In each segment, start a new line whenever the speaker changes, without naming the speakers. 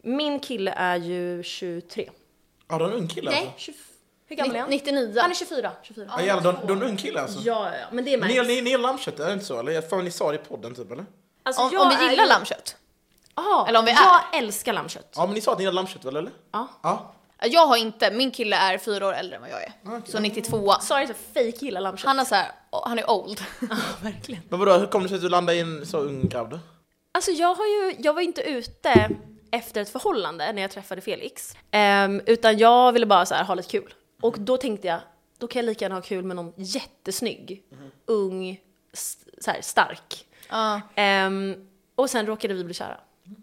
Min kille är ju 23.
Ja, du är en ung kille
Nej.
alltså?
20, hur gammal är han?
99.
Han är 24. 24.
Ja, jävlar, du, du är en ung kille alltså?
Ja, ja, ja, men det
Ni,
märks.
ni, ni gillar lammkött, är det inte så? Eller fan, ni sa det i podden typ eller?
Alltså,
Om,
jag
om vi
är
gillar
ju-
lammkött.
Aha,
eller om vi
Jag älskar lammkött.
Ja men ni sa att ni gillar lammkött väl eller?
Ja.
Ja.
Jag har inte, min kille är fyra år äldre än vad jag är. Så 92.
Sa jag så fake gillar lammkött?
Han är så här, han är old.
Ja, verkligen.
Men vadå, hur kom det sig att du landade i en så ung grabb då?
Alltså jag har ju, jag var inte ute efter ett förhållande när jag träffade Felix. Ehm, utan jag ville bara så här, ha lite kul. Och då tänkte jag, då kan jag lika gärna ha kul med någon jättesnygg,
Mhm.
ung, s- så här, stark.
Ja.
Ehm, och sen råkade vi bli kära.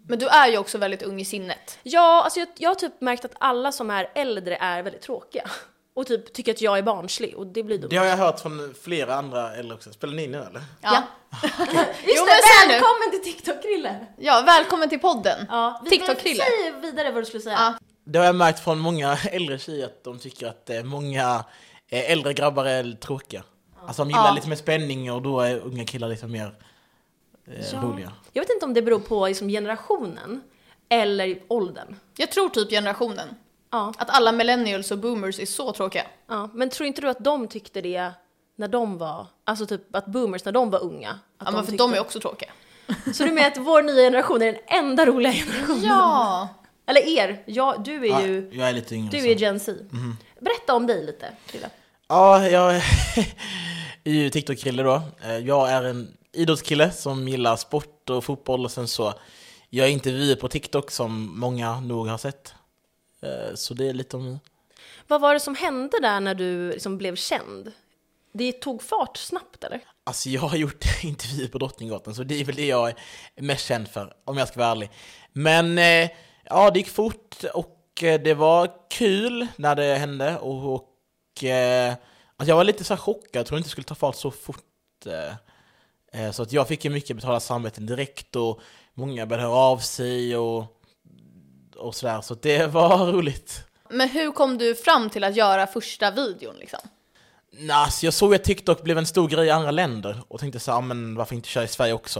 Men du är ju också väldigt ung i sinnet.
Ja, alltså jag, jag har typ märkt att alla som är äldre är väldigt tråkiga. Och typ tycker att jag är barnslig och det blir dumt.
Det har jag hört från flera andra äldre också. Spelar ni in nu eller?
Ja.
Just
Jo,
det,
men säg nu.
välkommen till TikTok-krillen!
Ja, välkommen till podden.
Ja,
TikTok-krille.
Säg vidare vad du skulle säga.
Ja.
Det har jag märkt från många äldre tjejer att de tycker att eh, många eh, äldre grabbar är tråkiga. Alltså de gillar
Ja.
lite mer spänning och då är unga killar lite mer eh, roliga.
Jag vet inte om det beror på liksom generationen eller åldern.
Jag tror typ generationen.
Ja.
Att alla millennials och boomers är så tråkiga.
ja. Men tror inte du att de tyckte det när de var, alltså typ att boomers när de var unga? Att
Ja, men för
tyckte-
de är också tråkiga.
Så du menar att vår nya generation är den enda roliga generationen?
Ja!
Eller er, ja, du är
Ja,
ju,
jag är lite yngre.
du
så.
är Gen Z.
Mm.
Berätta om dig lite, Krille.
Ja, jag är ju TikTok-kille då. Eh, Jag är en idrottskille som gillar sport och fotboll och sen så gör jag intervjuer på TikTok som många nog har sett. Eh, Så det är lite om
Vad var det som hände där när du liksom blev känd? Det tog fart snabbt eller?
Alltså jag har gjort intervjuer på Drottninggatan så det är väl det jag är mest känd för om jag ska vara ärlig. Men eh, ja, det gick fort och eh, det var kul när det hände och, och eh, alltså jag var lite så här chockad, jag trodde inte det skulle ta fart så fort. Eh, eh, så att jag fick ju mycket betala samveten direkt och många började höra av sig och, och sådär. Så att det var roligt.
Men hur kom du fram till att göra första videon liksom?
Nej, alltså jag såg att TikTok blev en stor grej i andra länder och tänkte så här, "Ah, men varför inte köra i Sverige också?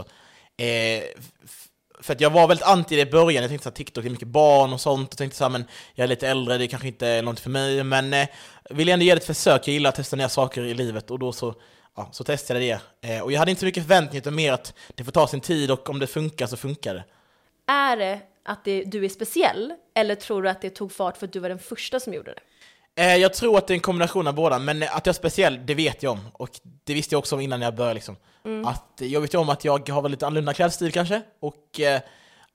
Eh, f- för att jag var väldigt anti det i början, jag tänkte att TikTok det är mycket barn och sånt, och tänkte så här, men jag är lite äldre, det kanske inte är något för mig, men eh, vill jag ändå ge det ett försök, jag gillar att testa nya saker i livet, och då så, ja, så testade jag det. Eh, och jag hade inte så mycket förväntningar, utan mer att det får ta sin tid, och om det funkar så funkar det.
Är det att det, du är speciell eller tror du att det tog fart för att du var den första som gjorde det?
Eh, jag tror att det är en kombination av båda, men att jag är speciell, det vet jag om. Och det visste jag också om innan jag började. Liksom. Att, eh, jag vet ju om att jag har väl lite annorlunda klädstil kanske, och eh,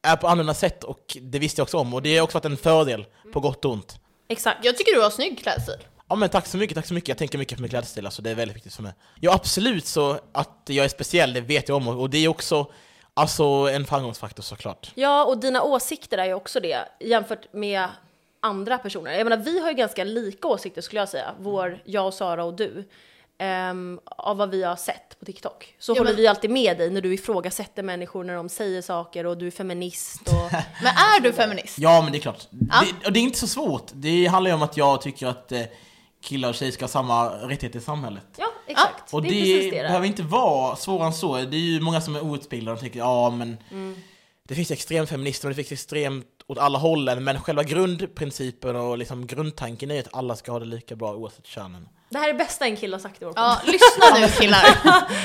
är på annorlunda sätt, och det visste jag också om. Och det har också varit en fördel, på gott och ont.
Exakt.
Jag tycker du har snygg klädstil.
Ja men tack så mycket, tack så mycket. Jag tänker mycket på min klädstil, alltså det är väldigt viktigt för mig. Ja absolut så, att jag är speciell, det vet jag om. Och och det är också alltså, en framgångsfaktor såklart.
Ja, och dina åsikter är ju också det jämfört med andra personer. Jag menar, vi har ju ganska lika åsikter skulle jag säga. Vår, jag, Sara och du. ehm, av vad vi har sett på TikTok. Så
Ja,
håller
men-
vi alltid med dig när du ifrågasätter människor när de säger saker och du är feminist och...
Men är du feminist?
Ja, men det är klart.
Ja.
Det, och det är inte så svårt. Det handlar ju om att jag tycker att eh, killar och tjejer ska ha samma rättigheter i samhället.
ja, exakt.
Och
det
det,
är precis det där.
behöver inte vara svårare än så. Det är ju många som är outbildade och tycker ja men
Mm.
det finns extremfeminister och det finns extremt åt alla hållen men själva grundprincipen och liksom grundtanken är att alla ska ha det lika bra oavsett könen.
Det här är bästa en kille har sagt i vår podd.
Ja, lyssna nu killar.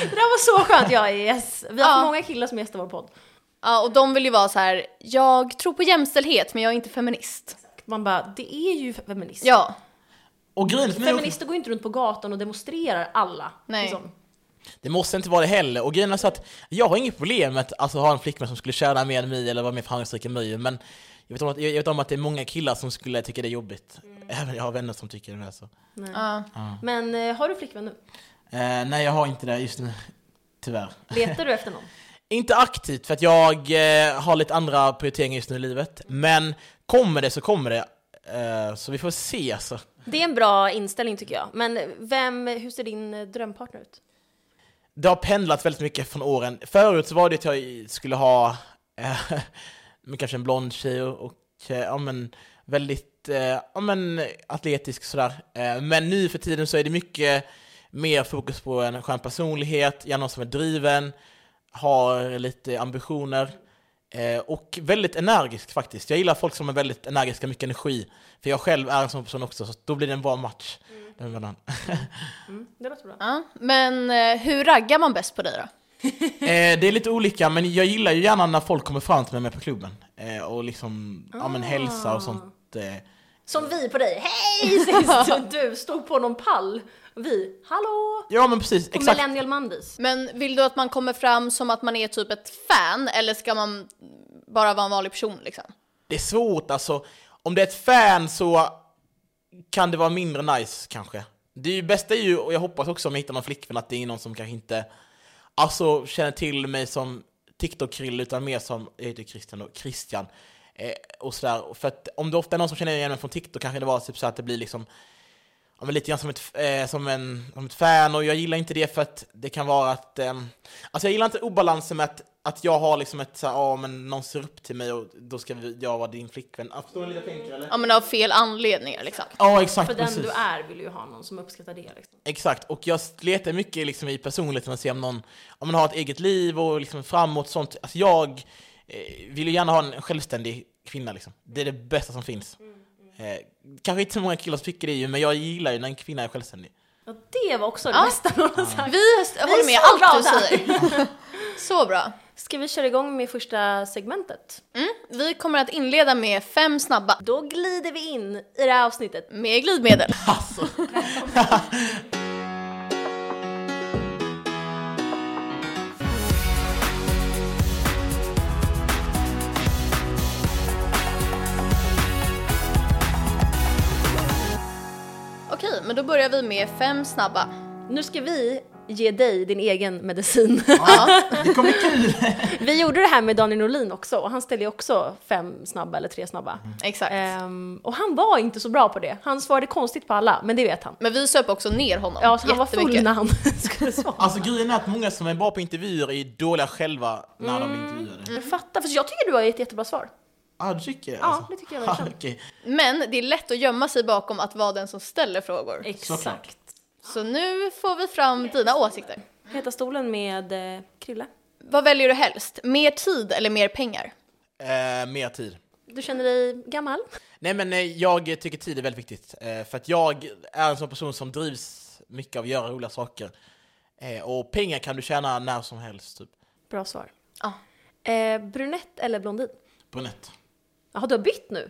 Det där var så skönt, jag är yes. Vi har
Ja.
för många killar som gästar vår podd.
Ja, och de vill ju vara så här, jag tror på jämställdhet men jag är inte feminist.
Man bara, det är ju feminist.
Ja,
Och grejen för mig är också-
Feminister går ju inte runt på gatan och demonstrerar alla. liksom.
Nej.
Det måste inte vara det heller. Och grejen är så att jag har inget problem med att alltså, ha en flickvän som skulle köra med mig eller vara mer framgångsrik än mig. Men jag vet, om att, jag vet om att det är många killar som skulle tycka det är jobbigt.
Mm.
Även jag har vänner som tycker det. Är så.
Nej.
ja.
Men eh, har du flickvän nu?
Eh, nej, jag har inte det just nu. Tyvärr.
Letar du efter någon?
Inte aktivt, för att jag eh, har lite andra prioriteringar just nu i livet. Men kommer det så kommer det. Eh, så vi får se alltså.
Det är en bra inställning tycker jag. Men eh, vem, hur ser din eh, drömpartner ut?
Det har pendlat väldigt mycket från åren. Förut så var det att jag skulle ha eh, men kanske en blond tjej och och, eh, ja, men, väldigt eh, ja, men, atletisk sådär. Eh, men nu för tiden så är det mycket mer fokus på en skön personlighet, gärna någon som är driven, har lite ambitioner. Eh, och väldigt energisk faktiskt. Jag gillar folk som är väldigt energiska, mycket energi. För jag själv är en sån person också, så då blir det en bra match. Mm.
Mm, det låter bra.
Ja. Men eh, hur raggar man bäst på dig då?
Eh, det är lite olika, men jag gillar ju gärna när folk kommer fram till mig med på klubben. Eh, och liksom, ja men hälsa och sånt. Eh.
Som vi på dig. Hej! Sist du stod på någon pall. Vi, hallå!
Ja men precis,
På
exakt.
Millennial Mandis.
Men vill du att man kommer fram som att man är typ ett fan eller ska man bara vara en vanlig person liksom?
Det är svårt alltså. Om det är ett fan så kan det vara mindre nice kanske. Det är ju bästa är ju, och jag hoppas också om jag hittar någon flickvän, att det är någon som kanske inte alltså, känner till mig som TikTok-krill, utan mer som, jag heter Christian då, Christian. Eh, och sådär. För att om det ofta är någon som känner igen mig från TikTok kanske det var typ så att det blir liksom Ja, men lite grann som ett, eh, som, en, som ett fan och jag gillar inte det för att det kan vara att... ehm, alltså jag gillar inte obalansen med att, att jag har liksom ett så här, ja men någon ser upp till mig och då ska vi, jag vara din flickvän. Ah, Förstår ni lite tänker eller?
Ja men av fel anledningar liksom.
Ja exakt,
För
precis.
den du är vill ju ha någon som uppskattar det. Liksom.
Exakt, och jag letar mycket liksom i personligheten och ser om någon om man har ett eget liv och liksom framåt sånt. Alltså jag eh, vill ju gärna ha en självständig kvinna liksom. Det är det bästa som finns.
Mm,
Eh, kanske inte så många killar som tycker det ju, men jag gillar ju när en kvinna är självständig.
Ja, det var också det
Ja.
bästa någon har sagt.
Vi st- håller med
så
allt du
glada.
säger. Så bra.
Ska vi köra igång med första segmentet?
Mm. Vi kommer att inleda med fem snabba.
Då glider vi in i det här avsnittet.
Med glidmedel.
Alltså.
Okej, men då börjar vi med fem snabba.
Nu ska vi ge dig din egen medicin.
Ja.
Det kommer kul!
vi gjorde det här med Daniel Norlin också och han ställde ju också fem snabba eller tre snabba.
Exakt.
Ehm, och han var inte så bra på det. Han svarade konstigt på alla, men det vet han.
Men vi söp också ner honom
Ja, så han var full
jättemycket.
när han skulle svara.
Alltså grejen är att många som är bra på intervjuer är dåliga själva när de
Mm.
blir intervjuade.
Jag fattar, för jag tycker du har ett jättebra svar.
Ah, du tycker det?
Ja,
alltså?
det tycker jag
Ah,
verkligen.
okej.
Men det är lätt att gömma sig bakom att vara den som ställer frågor.
Såklart.
Så nu får vi fram dina åsikter.
Heta stolen med eh, Krille.
Vad väljer du helst? Mer tid eller mer pengar?
Eh, mer tid.
Du känner dig gammal?
Nej men eh, jag tycker tid är väldigt viktigt. Eh, för att jag är en sån person som drivs mycket av att göra roliga saker. Eh, och pengar kan du tjäna när som helst, typ.
Bra svar.
Ja.
Eh, brunett eller blondin?
Brunett.
Jaha, du har bytt nu?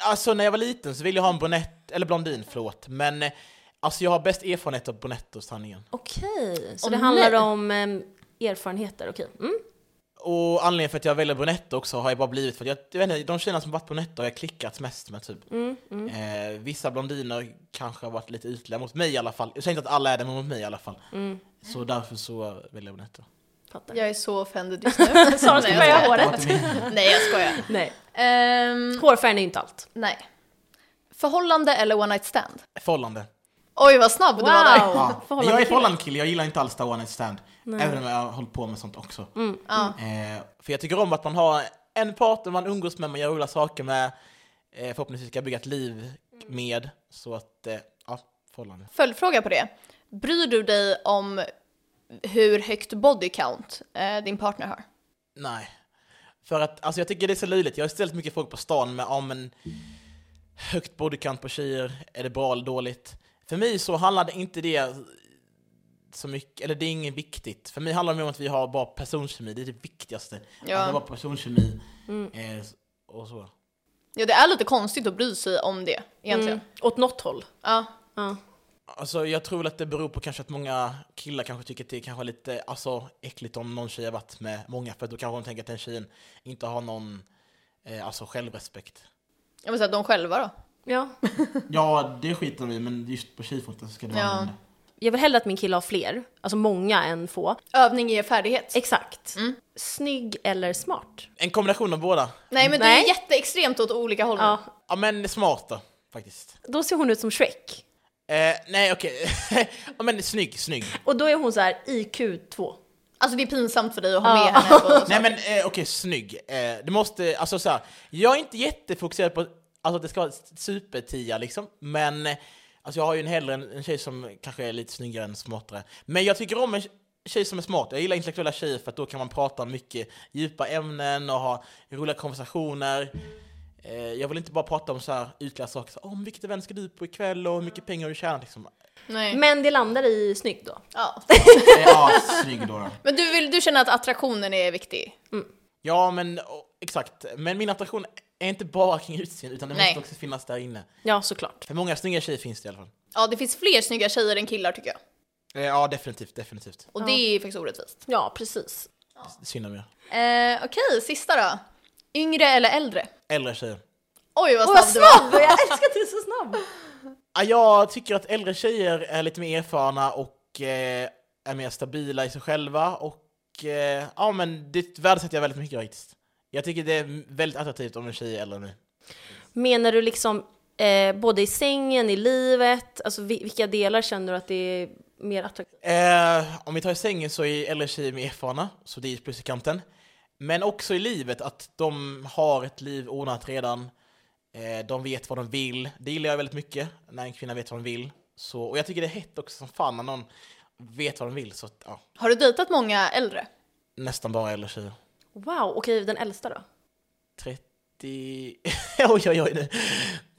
Alltså när jag var liten så ville jag ha en brunett, eller blondin, förlåt. Men eh, alltså jag har bäst erfarenhet av brunetter, sanningen.
Okej, så
Åh,
det
nej.
handlar om ehm, erfarenheter, okej. Mm.
Och anledningen för att jag väljer brunetter också har jag bara blivit för att jag, jag vet inte, de tjejerna som varit brunetter har jag klickat mest med typ.
mm,
Eh, vissa blondiner kanske har varit lite ytliga mot mig i alla fall. Jag säger inte att alla är det, men mot mig i alla fall. Så därför så väljer jag brunetter.
Fattar.
Jag är så offended just nu.
Sara ska
Nej,
börja
jag
håret.
skojar. Nej, jag skojar.
Nej,
Ehm,
hårfärgen Mm. är ju inte allt.
nej. Förhållande eller one night stand?
Förhållande.
Oj, vad snabb du var där.
Ja. Men
Förhållande
jag är
kille.
förhållande kille, jag gillar inte alls det här one night stand. Även om jag har hållit på med sånt också.
Ja.
Eh, för jag tycker om att man har en partner man umgås med, man gör roliga saker med. Eh, förhoppningsvis ska jag bygga ett liv med. Så att, eh, ja, förhållande.
Följdfråga på det. Bryr du dig om hur högt body count eh, din partner har?
Nej. För att, alltså jag tycker det är så löjligt. Jag har ställt mycket frågor på stan med, ja men, högt bodycount på tjejer, är det bra eller dåligt? För mig så handlar det inte det så mycket, eller det är inget viktigt. För mig handlar det mer om att vi har bra personkemi, det är det viktigaste.
Ja. Mm.
Att vi har bra Alltså, personkemi. Eh, och så.
Ja, det är lite konstigt att bry sig om det egentligen.
Mm. Åt något håll.
Ja.
Ja.
Alltså jag tror väl att det beror på kanske att många killar kanske tycker att det är kanske lite alltså, äckligt om någon tjej har varit med många, för då kanske de tänker att den tjejen inte har någon eh, alltså, självrespekt.
Jag vill säga de själva då.
ja.
Ja, det skiter vi i, men just på tjejfronten så ska det vara
Ja.
annorlunda.
Jag vill hellre att min kille har fler, alltså många än få.
Övning ger färdighet.
Exakt. Snygg eller smart?
En kombination av båda.
Nej men det
Nej.
är jätteextremt åt olika håll.
Ja,
Ja, men smart då, faktiskt.
då ser hon ut som Shrek.
Eh, nej, okej. ja, men snygg, snygg.
Och då är hon så här IQ 2.
Alltså det är pinsamt för dig att ha
Ja.
med henne på
Nej, men eh, okej, snygg. Eh, det måste, alltså så här, jag är inte jättefokuserad på alltså, att det ska vara supertia liksom, men eh, alltså, jag har ju en hellre en, en tjej som kanske är lite snyggare än smartare. Men jag tycker om en, tjej som är smart. Jag gillar intellektuella tjejer för att då kan man prata om mycket djupa ämnen och ha roliga konversationer. Eh, jag vill inte bara prata om så här ytliga saker, så, om vilket event ska du på ikväll och hur mycket pengar har du tjänat liksom.
Nej.
Men det landar i snygg då.
Ja.
Ja, snygg då. då.
Men du, vill, du känner att attraktionen är viktig?
Ja, men och, exakt. Men min attraktion är inte bara kring utseende, utan det
Nej.
måste också finnas där inne.
Ja, såklart.
För många snygga tjejer finns det i alla fall.
Ja, det finns fler snygga tjejer än killar tycker jag.
Eh, Ja, definitivt, definitivt.
Och det är faktiskt orättvist.
Ja, precis.
Synd om er.
Eh, Okej, sista då. Yngre eller äldre?
Äldre tjejer.
Oj vad
Åh, vad
snabb du var!
snabb! Jag älskar att du är så snabb!
Ja, Ah, Jag tycker att äldre tjejer är lite mer erfarna och eh, är mer stabila i sig själva och eh, ja men det värdesätter jag väldigt mycket faktiskt. Jag tycker det är väldigt attraktivt om en tjej är äldre än mig.
Menar du liksom eh, både i sängen, i livet, alltså vi, vilka delar känner du att det är mer attraktivt?
Eh, om vi tar i sängen så är äldre tjejer mer erfarna, så det är ett plus i kanten. Men också i livet, att de har ett liv ordnat redan. Eh, de vet vad de vill. Det gillar jag väldigt mycket, när en kvinna vet vad hon vill. Så, och jag tycker det är hett också som fan när någon vet vad de vill. Så att, ja,
Har du dejtat många äldre?
nästan bara äldre tjejer.
Wow, okej den äldsta då?
30... oj, oj, oj nu.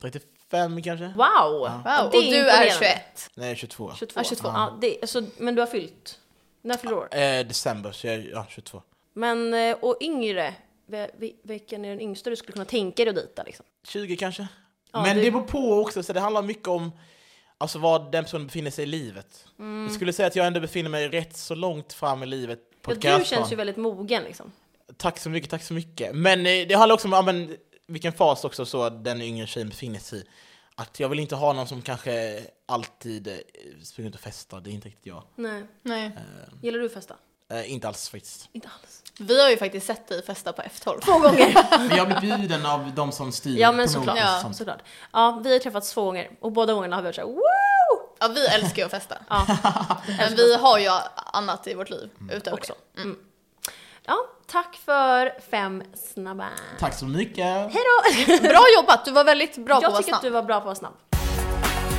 35 kanske?
Wow!
Wow,
Det
och du är
imponerande.
21.
Nej, 22.
22.
Ja, 22.
Ja, det, alltså, men du har fyllt? När fyller du år?
Eh, december, så jag ja, 22.
Men, eh, och yngre, vi- vi- vilken är den yngsta du skulle kunna tänka dig att dejta liksom?
20 kanske?
Ja,
Men
det-
det... beror på också, så det handlar mycket om alltså, var den personen befinner sig i livet.
Mm.
Jag skulle säga att jag ändå befinner mig rätt så långt fram i livet på
Ja,
ett
du
gräsplan.
känns ju väldigt mogen liksom.
Tack så mycket, tack så mycket. Men eh, det handlar också om ja, men, vilken fas också så den yngre tjejen befinner sig i. Att jag vill inte ha någon som kanske alltid eh, springer ut och festar, det är inte riktigt jag.
Nej.
Nej.
Gillar du att festa?
Eh, inte alls faktiskt.
Inte alls.
Vi har ju faktiskt sett dig festa på F12.
Två gånger!
Men jag blir bjuden av de som styr.
ja men
på något
såklart.
Ja.
Ja. såklart. Ja, vi har träffats två gånger och båda gångerna har vi varit såhär wow!
Ja, vi älskar ju att festa.
Ja,
Men vi har ju annat i vårt liv utöver
också.
det.
Mm. Ja, tack för fem snabba.
Tack så mycket.
Hejdå!
Bra jobbat, du var väldigt bra på att
Jag
vara
tycker att
snabb.
du var bra på att vara snabb.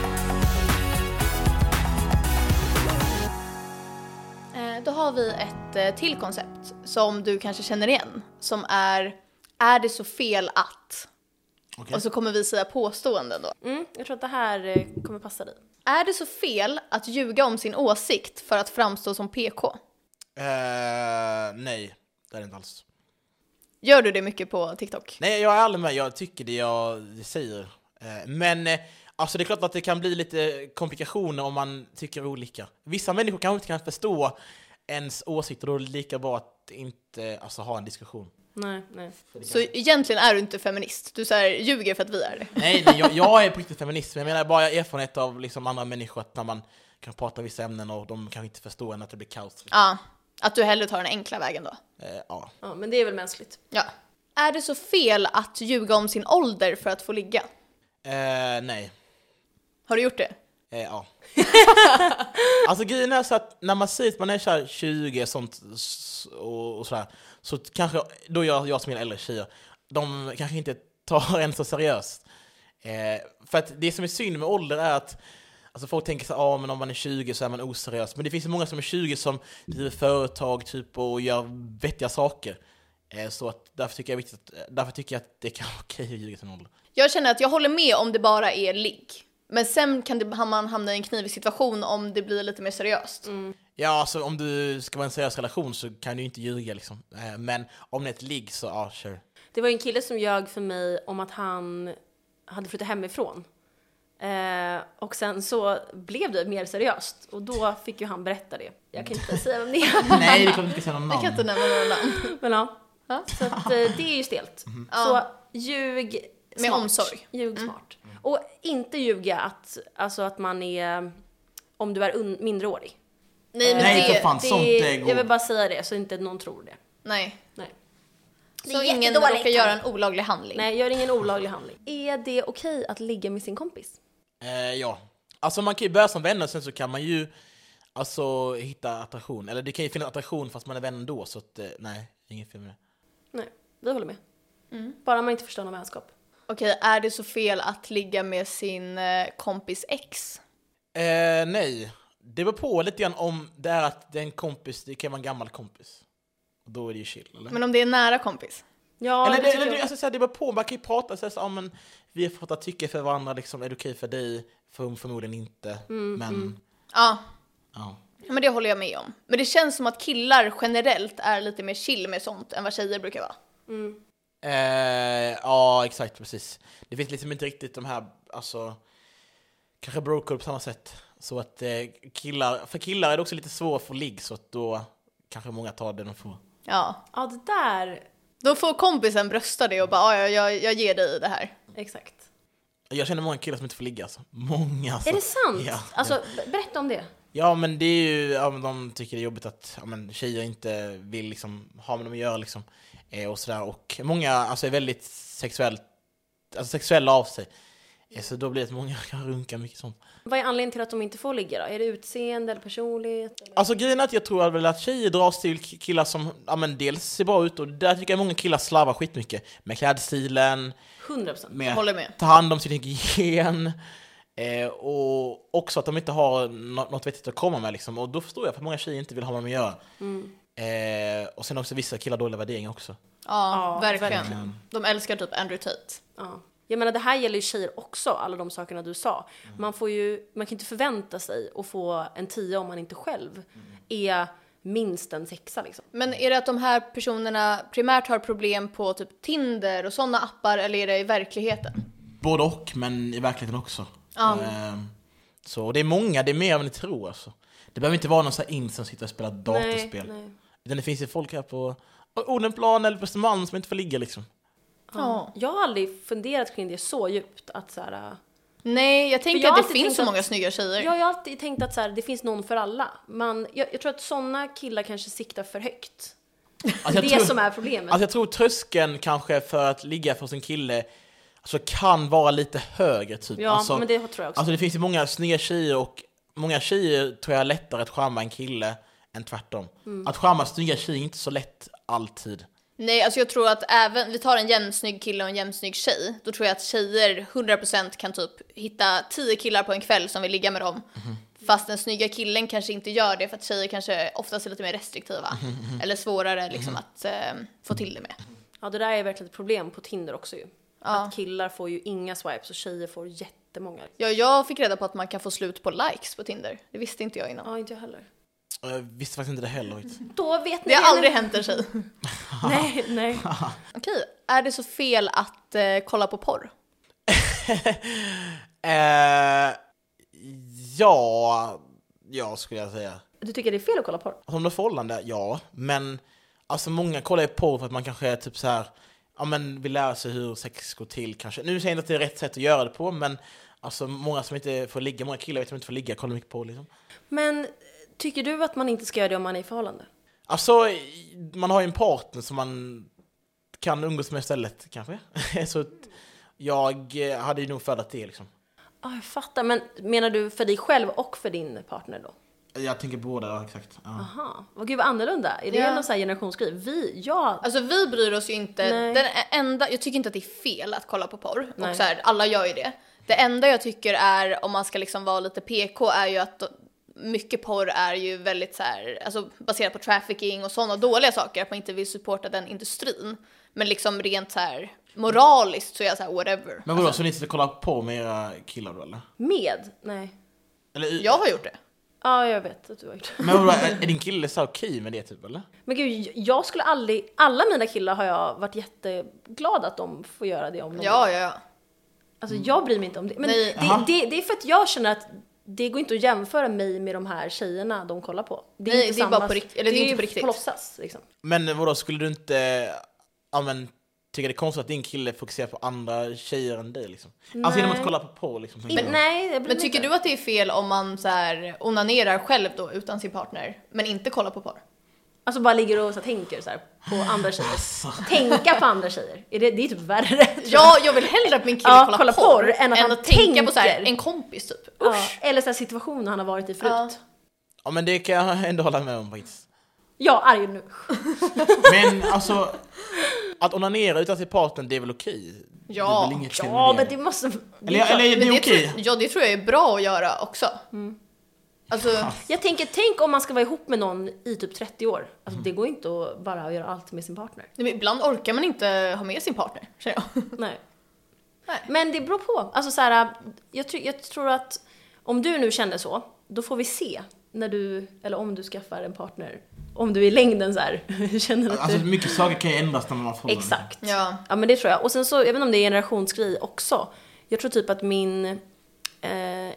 Eh, Då har vi ett eh, till koncept som du kanske känner igen. Som är, är det så fel att?
Okej.
Och så kommer vi säga påståenden då.
Mm, jag tror att det här eh, kommer passa dig.
Är det så fel att ljuga om sin åsikt för att framstå som PK?
Eh, nej, det är det inte alls.
Gör du det mycket på TikTok?
Nej, jag är ärlig med, jag tycker det jag säger. Eh, Men eh, alltså det är klart att det kan bli lite komplikationer om man tycker olika. Vissa människor kanske inte kan förstå ens åsikter, då är det lika bra att inte alltså, ha en diskussion.
Nej, nej.
Så egentligen är du inte feminist, du så här, ljuger för att vi är det.
Nej, nej jag, jag är på riktigt feminist, men jag menar bara erfarenhet av liksom andra människor, att när man kan prata om vissa ämnen och de kanske inte förstår en, att det blir kaos.
Ja, att du hellre tar den enkla vägen då.
Eh, ja.
Ja, men det är väl mänskligt.
Ja. Är det så fel att ljuga om sin ålder för att få ligga?
Eh, nej.
Har du gjort det?
Eh, ja. alltså grejen är så att när man säger att man är så här 20 sånt, s- och, och sådär, så t- kanske då jag, jag som gillar äldre tjejer, de kanske inte tar en så seriöst. Eh, för att det som är synd med ålder är att Alltså folk tänker så här, ah, men om man är 20 så är man oseriös. Men det finns ju många som är 20 som driver företag typ, och gör vettiga saker. Eh, så att därför, tycker jag är viktigt att, eh, därför tycker jag att det kan vara okej att ljuga sin ålder.
Jag känner att jag håller med om det bara är ligg. Men sen kan det, man hamna i en knivig situation om det blir lite mer seriöst.
Ja, alltså om du ska vara i en seriös relation så kan du ju inte ljuga liksom. Eh, Men om det är ett ligg så, ja, sure.
Det var ju en kille som ljög för mig om att han hade flyttat hemifrån. Eh, och sen så blev det mer seriöst och då fick ju han berätta det. Jag kan inte säga vem det är.
Nej, det är klart du inte ska säga någon
Jag kan inte nämna några namn.
Men ja,
Ja.
så att, eh, det är ju stelt.
Mm-hmm.
Så ljug
Med omsorg.
Ljug smart. Och inte ljuga att, alltså att man är, om du är un- minderårig.
Nej men
Nej,
det...
för fan. sånt är god.
Jag vill bara säga det så inte någon tror det.
Nej.
Nej.
Så ingen råkar göra en olaglig handling.
Nej, gör ingen olaglig handling. Är det okej att ligga med sin kompis?
Eh, ja. Alltså man kan ju börja som vänner, sen så kan man ju alltså hitta attraktion. Eller det kan ju finnas attraktion fast man är vän ändå, så att, eh, nej, ingen film med det.
Nej, Mm. vi håller med. Bara man inte förstår någon vänskap.
Okej, är det så fel att ligga med sin eh, kompis ex?
Eh, nej, Det beror på lite grann om det är att det är en kompis, det kan vara en gammal kompis. Och då är det ju chill, eller?
Men om det är en nära kompis?
Ja,
eller det,
tycker
eller, det-
jag.
alltså, så här, det beror på, man kan ju prata så här, så, ja, men vi har fått att tycka för varandra, liksom, är det okej för dig? För, förmodligen inte,
Mm,
men
Ja,
ja.
men det håller jag med om. Men det känns som att killar generellt är lite mer chill med sånt än vad tjejer brukar vara.
Mm.
Eh, ja, exakt, precis. Det finns liksom inte riktigt de här, alltså, kanske broker på samma sätt. Så att eh, killar, för killar är det också lite svårt att få ligg, så att då kanske många tar det de får.
Ja,
Ja, det där.
då får kompisen brösta det och bara ja, ja, jag, jag ger dig det här.
Exakt.
Jag känner många killar som inte får ligga alltså. Många alltså.
Är det sant?
Ja,
Alltså, b- berätta om det.
ja men det är ju, ja, men de tycker det är jobbigt att ja, men tjejer inte vill liksom ha med dem att göra liksom. Eh, och sådär. Och många alltså, är väldigt sexuellt, alltså sexuella av sig. Eh, så då blir det att många kan runka mycket sånt.
Vad är anledningen till att de inte får ligga då? Är det utseende eller personlighet? Eller?
Alltså grejen är att jag tror väl att tjejer dras till k- killar som ja, men dels ser bra ut och där tycker jag många killar slarvar skitmycket. Med klädstilen,
100 procent.
med
Håller med.
ta hand om sin hygien. Eh, och också att de inte har nå- något vettigt att komma med liksom. Och då förstår jag för många tjejer inte vill ha med dem att göra.
Mm.
Eh, och sen också vissa killar har dåliga värderingar också.
Ja,
Ja,
verkligen.
verkligen.
De älskar typ Andrew Tate.
Ja. Jag menar det här gäller ju tjejer också, alla de sakerna du sa.
Mm.
Man, får ju, man kan inte förvänta sig att få en tia om man inte själv
Mm.
är minst en sexa liksom.
Men är det att de här personerna primärt har problem på typ Tinder och sådana appar eller är det i verkligheten?
Både och, men i verkligheten också.
Ja.
Eh, så och det är många, det är mer än ni tror alltså. Det behöver inte vara någon sån här in som sitter och spelar datorspel.
Nej, nej.
Utan det finns ju folk här på Odenplan eller på Östermalm som inte får ligga liksom.
Ja.
Jag har aldrig funderat kring det så djupt att så här,
Nej, jag
För jag
tänker
har
att det
alltid
finns
tänkt
så
att-
många snygga tjejer.
Jag har ju alltid tänkt att så här, det finns någon för alla. Man, jag, jag tror att sådana killar kanske siktar för högt.
Alltså,
det
jag tror-
som är problemet.
Alltså jag tror tröskeln kanske för att ligga för sin kille alltså kan vara lite högre typ.
ja,
alltså,
men det tror jag också.
alltså det finns ju många snygga tjejer och många tjejer tror jag är lättare att charma en kille än tvärtom.
Mm.
Att charma snygga tjejer är inte så lätt alltid.
Nej, alltså jag tror att även, vi tar en jämnsnygg kille och en jämnsnygg tjej, då tror jag att tjejer 100% kan typ hitta 10 killar på en kväll som vill ligga med dem. Fast den snygga killen kanske inte gör det för att tjejer kanske oftast är lite mer restriktiva. Eller svårare liksom att eh, få till det med.
Ja, det där är verkligen ett problem på Tinder också ju. Att killar får ju inga swipes och tjejer får jättemånga.
Ja, jag fick reda på att man kan få slut på likes på Tinder. Det visste inte jag innan.
Ja, inte jag heller.
Och jag visste faktiskt inte det heller. faktiskt.
Då vet ni
Det har aldrig hänt en tjej.
Nej, nej.
Okej, är det så fel att eh, kolla på porr?
Eh, ja, ja skulle jag säga.
Du tycker det är fel att kolla porr?
Om du har förhållande, ja. Men alltså många kollar ju på för att man kanske är typ så här, ja men vill lära sig hur sex går till kanske. Nu säger jag inte att det är rätt sätt att göra det på, men alltså många som inte får ligga, många killar vet som inte får ligga, kollar mycket på liksom.
Men tycker du att man inte ska göra det om man är i förhållande?
Alltså, man har ju en partner som man kan umgås med istället kanske. så att jag eh, hade ju nog föredragit det liksom.
Ja, jag fattar. Men menar du för dig själv och för din partner då?
Jag tänker båda, ja, exakt. Ja.
Aha. Vad gud vad annorlunda. Är det
Ja.
någon sån här generationsgrej? Vi, jag...
Alltså vi bryr oss ju inte.
Nej.
Den enda, jag tycker inte att det är fel att kolla på porr.
Nej.
Och så här, alla gör ju det. Det enda jag tycker är, om man ska liksom vara lite PK, är ju att mycket porr är ju väldigt så här, alltså baserat på trafficking och sådana dåliga saker, att man inte vill supporta den industrin. Men liksom rent så här moraliskt så är jag så här whatever.
Men vadå, så ni sitter och kollar på med era killar då eller?
Med? Nej.
eller
Jag har gjort det.
Ja, jag vet att du har gjort det.
Men vadå, är är din kille så här okej med det typ eller?
Men gud, jag skulle aldrig... Alla mina killar har jag varit jätteglad att de får göra det om de
Ja, ja, ja.
Alltså jag bryr mig inte om det. Men
Mm. Nej.
det,
Aha.
det, det är för att jag känner att det går inte att jämföra mig med de här tjejerna de kollar på. Det är
Nej,
inte
det är
samma,
bara på rikt- eller det är inte
ju
på riktigt.
på låtsas liksom.
Men vadå, skulle du inte ja, men, tycka det är konstigt att din kille fokuserar på andra tjejer än dig? Liksom? Alltså genom att
Nej.
kolla på porr liksom. tänker
Men,
jag.
nej, jag bryr
Men
mig
tycker
inte.
du att det är fel om man så här onanerar själv då utan sin partner, men inte kollar på porr?
Alltså bara ligger och så här, tänker så här, på
Ah,
andra tjejer. Tänka på andra tjejer. Är det, det är typ värre. tror jag.
Ja, jag vill hellre att min kille
Ja,
kollar
kolla
porr,
porr än att han
tänka på så här,
tänker.
en kompis typ. Usch.
Ja, Eller så här situationer han har varit i förut.
Ja.
Ja men det kan jag ändå hålla med om faktiskt.
Jag är arg nu.
Men alltså, att onanera utan sin partner det är väl okej?
Ja,
det är väl inget fel
Ja,
med
men
det.
det måste... Det är
Eller,
klart.
eller det
Men
är
det,
okej?
tror, ja, det tror jag är bra att göra också. Alltså,
Jag tänker, tänk om man ska vara ihop med någon i typ 30 år. Alltså det går inte att bara göra allt med sin partner.
nej, men ibland orkar man inte ha med sin partner, känner jag.
Nej.
Nej.
Men det beror på. Alltså så här, jag, tr- jag tror att om du nu känner så, då får vi se när du, eller om du skaffar en partner. Om du i längden så här känner att
Alltså
du...
mycket saker kan ju ändras när man har förhållanden.
Exakt.
Ja.
Ja men det tror jag. Och sen så, jag vet inte om det är en generationsgrej också. Jag tror typ att min, eh,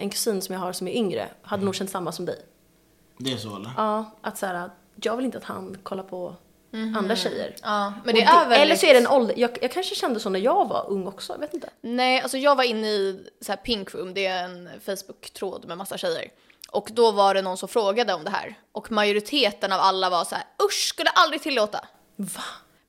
en kusin som jag har som är yngre, hade nog känt samma som dig.
Det är så eller?
Ja, att så här, jag vill inte att han kollar på andra tjejer.
Ja, Mhm. men
Och
det är liksom-
det-
väldigt...
Eller så är det en ålder, jag, jag kanske kände så när jag var ung också, jag vet inte.
Nej, alltså jag var inne i så här Pink Room, det är en Facebook-tråd med massa tjejer. Och då var det någon som frågade om det här. Och majoriteten av alla var så här, usch, skulle aldrig tillåta.
Va?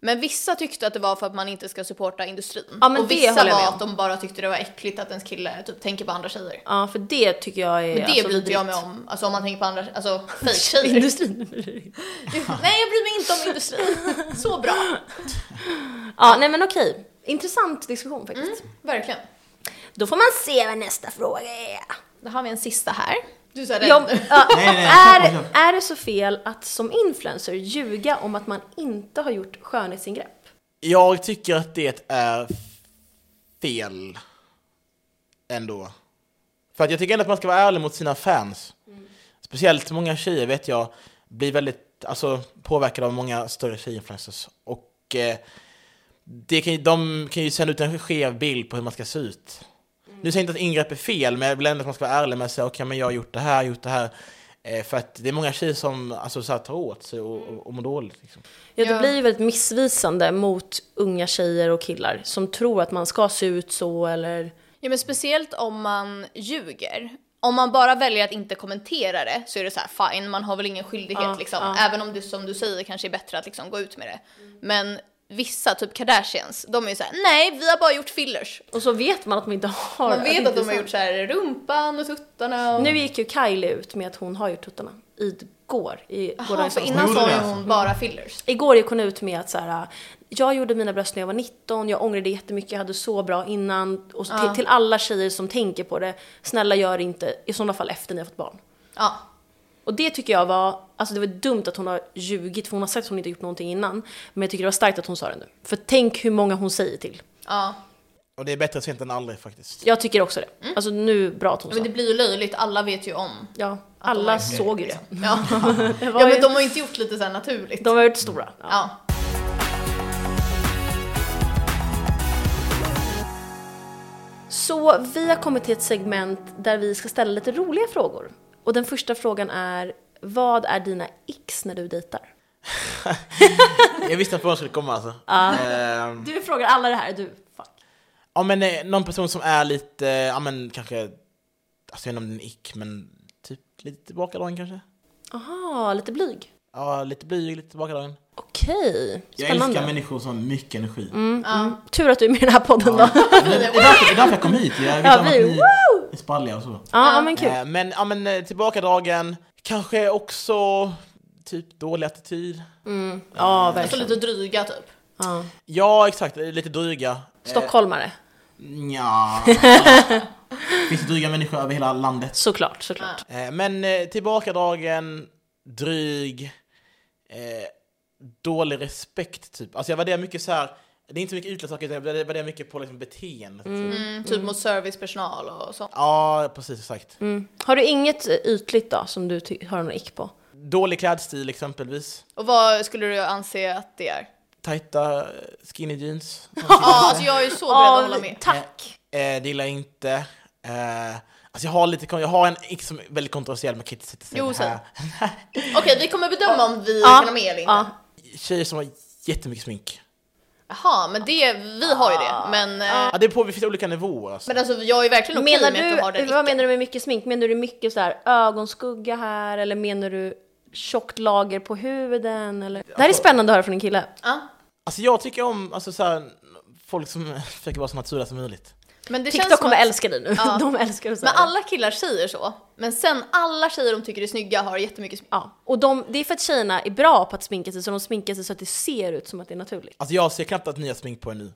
Men vissa tyckte att det var för att man inte ska supporta industrin.
Ja, men
och
det
vissa
håller jag
var
med om.
att de bara tyckte det var äckligt att ens kille typ tänker på andra tjejer.
Ja, för det tycker jag är... alltså,
Men det bryr inte jag mig om, alltså om man tänker på andra, alltså fejktjejer.
Industrin.
Nej jag bryr mig inte om industrin. Så bra,
ja, nej men okej. Intressant diskussion faktiskt.
verkligen.
Då får man se vad nästa fråga är.
Då har vi en sista här. Du sa
Jag,
den.
ja,
Nej, nej, jag
är,
hoppas
är det så fel att som influencer ljuga om att man inte har gjort skönhetsingrepp?
Jag tycker att det är fel. Ändå. För att jag tycker ändå att man ska vara ärlig mot sina fans. Speciellt många tjejer vet jag blir väldigt alltså, påverkade av många större tjejinfluencers. Och eh, det kan, ju- de kan ju sända ut en skev bild på hur man ska se ut. Nu säger jag inte att ingrepp är fel, men jag vill ändå att man ska vara ärlig med att säga okej, men jag har gjort det här, gjort det här. Eh, för att det är många tjejer som alltså, så här, tar åt sig och, och, och mår dåligt. Liksom.
Ja, det
Ja.
blir ju väldigt missvisande mot unga tjejer och killar som tror att man ska se ut så eller...
Ja men speciellt om man ljuger. Om man bara väljer att inte kommentera det så är det så här fine, man har väl ingen skyldighet
Ja,
liksom.
ja.
Även om du som du säger kanske är bättre att liksom gå ut med det. Men vissa, typ Kardashians, de är ju så här: nej vi har bara gjort fillers.
Och så vet man att man inte har...
Man vet
inte
att de har
så-
gjort så här rumpan och tuttarna och...
Nu gick ju Kylie ut med att hon har gjort tuttarna. Igår. I
Jaha,
gårdagens
för
avsnitt.
innan
Gjorde
sa ju
det alltså?
hon bara fillers.
Igår gick hon ut med att så här, jag gjorde mina bröst när jag var 19, jag ångrade jättemycket, jag hade så bra innan. Och så till, till alla tjejer som tänker på det, snälla gör det inte, i sådana fall efter ni har fått barn.
Ja.
Och det tycker jag var, alltså det var dumt att hon har ljugit, för hon har sagt att hon inte gjort någonting innan. Men jag tycker det var starkt att hon sa det nu. För tänk hur många hon säger till.
Ja.
Och det är bättre sent än aldrig faktiskt.
Jag tycker också det. Alltså nu, bra att hon sa
Mm. Men det
det.
blir ju löjligt, alla vet ju om.
Ja,
de har
alla
gjort det,
såg ju det.
liksom. Ja.
det var
ja men
ju-
de har ju inte gjort lite så här naturligt.
de har varit stora. Ja.
Ja.
Så vi har kommit till ett segment där vi ska ställa lite roliga frågor. Och den första frågan är, vad är dina x när du dejtar?
Jag visste att frågan skulle komma alltså. Ehm,
Du frågar alla det här, du. Fuck.
ja men eh, någon person som är lite, eh, ja men kanske, alltså jag vet inte om det är en ick, men typ lite tillbakadragen kanske?
Aha, lite blyg.
Ja, lite blyg, lite tillbakadragen.
Okej,
Jag
spännande.
älskar människor som har mycket energi.
Mm. Tur att du är med i den här podden då. Ja,
Det, är därför, det är därför jag kom hit, jag vet
Ja,
om
vi-
att ni är spralliga och så.
ja. men kul.
Eh, men, ja men eh, tillbakadragen, kanske också typ dålig attityd.
Mm. Ja,
Alltså
verkligen.
lite dryga typ.
Ja.
Ja exakt, eh, lite dryga. Eh,
Stockholmare,
Ja. Finns det dryga människor över hela landet?
såklart, såklart.
Eh, Men eh, tillbakadragen, dryg, eh, dålig respekt typ. Alltså jag värderar mycket så här. det är inte så mycket ytliga saker, utan jag värderar- värderar mycket på liksom, beteendet. typ.
Mm, typ mot servicepersonal och sånt.
Ja, precis exakt.
Mm. Har du inget eh, ytligt då som du ty- har någon ick på?
Dålig klädstil exempelvis.
Och vad skulle du anse att det är?
Tajta eh, skinny jeans.
Ja, alltså jag är ju så beredd att hålla med.
tack.
Eh, det gillar jag inte. Eh, alltså jag har lite, kon- jag har en ick som är väldigt kontroversiell, man kan inte sitta och säga
Jo,
det här.
Okej, vi kommer bedöma om vi
Ja.
kan ha med eller inte.
Ja.
Tjejer som har jättemycket smink.
Jaha, men det, vi har ju det. Men, eh,
Ja, det är på, det finns olika nivåer alltså.
men alltså jag är verkligen okej
Menar
med att du har
du,
den
vad
icke.
menar du med mycket smink? Menar du mycket så här ögonskugga här eller menar du tjockt lager på huden? Eller? Det här är spännande att höra från en kille.
Ja.
Alltså jag tycker om alltså, så här, folk som försöker vara så naturliga som möjligt.
Men det känns
TikTok
som
kommer
att,
älska dig nu.
Ja.
De älskar att säga
Men alla killar säger så. Men sen alla tjejer de tycker är snygga har jättemycket smink.
Ja, och de, det är för att tjejerna är bra på att sminka sig så de sminkar sig så att det ser ut som att det är naturligt.
Alltså jag ser knappt att ni har smink på er nu.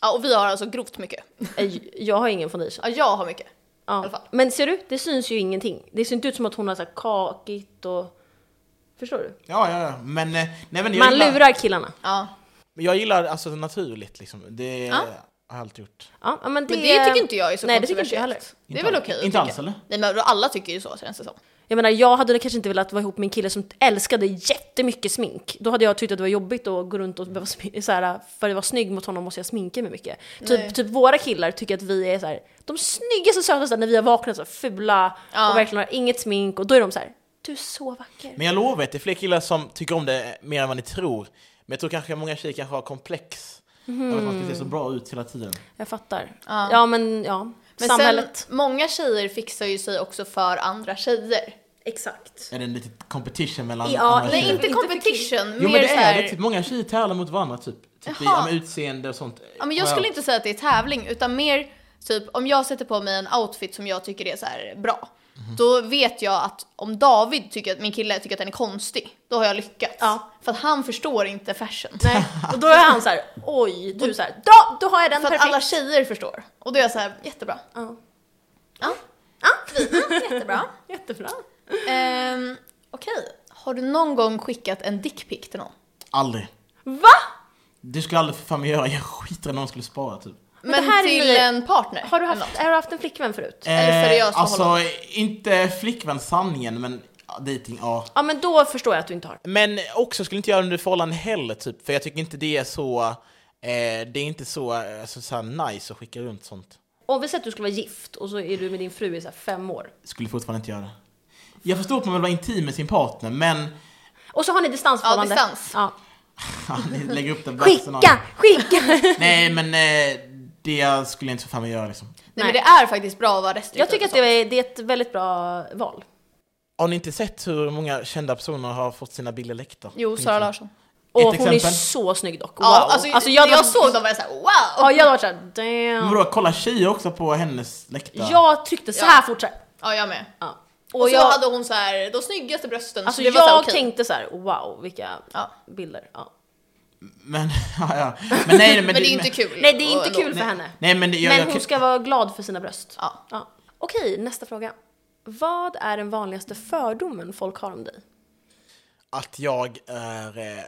Ja, och vi har alltså grovt mycket.
Ej, Jag har ingen foundation.
Ja, jag har mycket.
Ja,
i
Ja.
alla fall.
Men ser du? Det syns ju ingenting. Det ser inte ut som att hon har så här kakigt och... Förstår du?
Ja, ja, ja. Men, eh, nej, men jag,
Man
gillar,
lurar killarna.
Ja.
men jag gillar alltså naturligt liksom. Det har jag alltid gjort.
Ja, ja, men det,
Men det tycker inte jag är så
Nej, det tycker
kontroversiellt.
inte jag heller.
Inte
Det är väl
all-
okej att
inte
tycka.
alls, eller?
Nej men alla tycker ju så känns det som.
Jag menar, jag hade kanske inte velat vara ihop med en kille som älskade jättemycket smink. Då hade jag tyckt att det var jobbigt att gå runt och behöva smi- så här, för att vara snygg mot honom måste jag sminka mig mycket.
Nej.
Typ, typ våra killar tycker att vi är så här, de snyggaste och sötaste när vi har vaknat så här, fula
Ja.
och verkligen har inget smink och då är de så här, du är så vacker.
Men jag lovar att det är fler killar som tycker om det mer än vad ni tror. Men jag tror kanske många tjejer kanske har komplex. Av att man ska se
Mhm.
så bra ut hela tiden.
Jag fattar.
Ja.
Ja, men ja,
Men
samhället.
sen, många tjejer fixar ju sig också för andra tjejer.
Exakt.
Är det en liten competition mellan
Ja,
andra
nej,
Nej,
tjejer?
Inte
inte
för
competition,
Jo
mer
men det
så
är
här,
det, typ många tjejer tävlar mot varandra typ. Typ i
Jaha.
ja, men utseende och sånt.
Ja, men jag skulle inte säga att det är tävling, utan mer typ om jag sätter på mig en outfit som jag tycker är så här bra.
Mhm.
Då vet jag att om David tycker att min kille tycker att den är konstig, då har jag lyckats.
Ja.
För att han förstår inte fashion.
Nej, och då är han så här, oj, du är så här, då, då har jag den
För att
perfekt.
alla tjejer förstår. Och då är jag så här, jättebra.
Ja.
Ja, jättebra.
Jättebra.
Ehm, Okej, har du någon gång skickat en dickpic till någon?
Aldrig.
Va?
Du skulle aldrig för fan göra, jag skiter i någon skulle spara typ.
Men,
det här är
till
ny-
en partner?
Har du,
eller något?
haft, har du haft en flickvän förut?
Eller seriöst
alltså, inte flickvän sanningen men ja, dating, ja.
Ja men då förstår jag att du inte har.
Men också skulle inte göra det under förhållanden heller typ, för jag tycker inte det är så, eh, det är inte så, eh, så, så här nice att skicka runt sånt.
Om vi säger att du skulle vara gift och så är du med din fru i så här fem år.
Skulle fortfarande inte göra det. Jag förstår att man vill vara intim med sin partner, men
Och så har ni distansförhållande.
Ja, distans.
Ja.
lägg upp den
Skicka! Skicka!
Nej men eh, det skulle jag inte för fan vilja göra liksom.
Nej,
Nej.
men det är faktiskt bra att vara restriktiv.
jag tycker
och
att det är, det är ett väldigt bra val.
Har ni inte sett hur många kända personer har fått sina bilder läckta?
Jo, Sara Larsson.
Och hon är
exempel?
så snygg dock. Wow.
Ja, alltså,
hade
när jag
varit-
såg dem var jag såhär wow!
Ja, jag hade varit såhär
Men
damn.
vadå, kolla tjejer också på hennes läkta?
Jag tryckte så här fort så här.
Ja, jag med.
Ja.
Och,
Och
så
jag,
hade hon så här, de snyggaste brösten,
alltså,
så det
jag
var så här, okej.
tänkte så här: wow vilka
Ja.
bilder. Ja.
Men, ja, ja. men nej men,
Men det är ju inte kul.
Nej det är inte
Och ändå.
kul för henne.
Nej men det, jag,
Men
jag,
hon ska vara glad för sina bröst.
Ja.
Ja. Okej, nästa fråga. Vad är den vanligaste fördomen folk har om dig?
att jag är eh,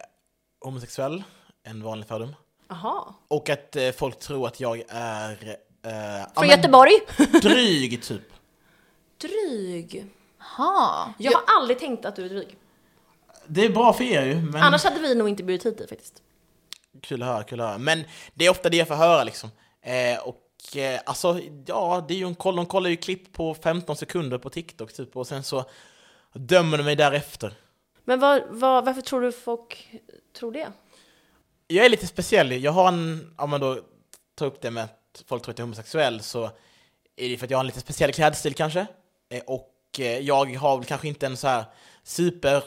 homosexuell, en vanlig fördom.
Aha.
Och att eh, folk tror att jag är... Eh, ja,
Från
men
Göteborg?
Dryg typ.
Dryg.
Jaha.
Jag har aldrig tänkt att du är dryg.
Mm.
Det är bra för er ju, men
Annars hade vi nog inte bjudit hit dig faktiskt.
kul att höra, kul att höra. Men det är ofta det jag får höra liksom. Eh, och eh, alltså, ja, det är ju en koll, de kollar ju klipp på 15 sekunder på TikTok typ och sen så dömer de mig därefter.
Men vad, vad, varför tror du folk tror det?
Jag är lite speciell, jag har en, om man då tar upp det med att folk tror att jag är homosexuell så är det för att jag har en lite speciell klädstil kanske. Eh, och eh, jag har väl kanske inte en så här super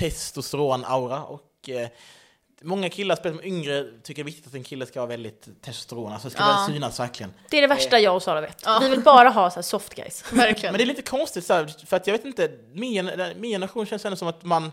testosteron-aura och eh, många killar, speciellt de yngre, tycker det är viktigt att en kille ska vara väldigt testosteron, alltså ska
Ja.
väl synas verkligen.
Det är det värsta jag och Sara vet.
Eh. Ja.
Vi vill bara ha så här soft guys.
Verkligen.
Men det är lite konstigt så här, för att jag vet inte, min, gener- min generation känns ändå som att man,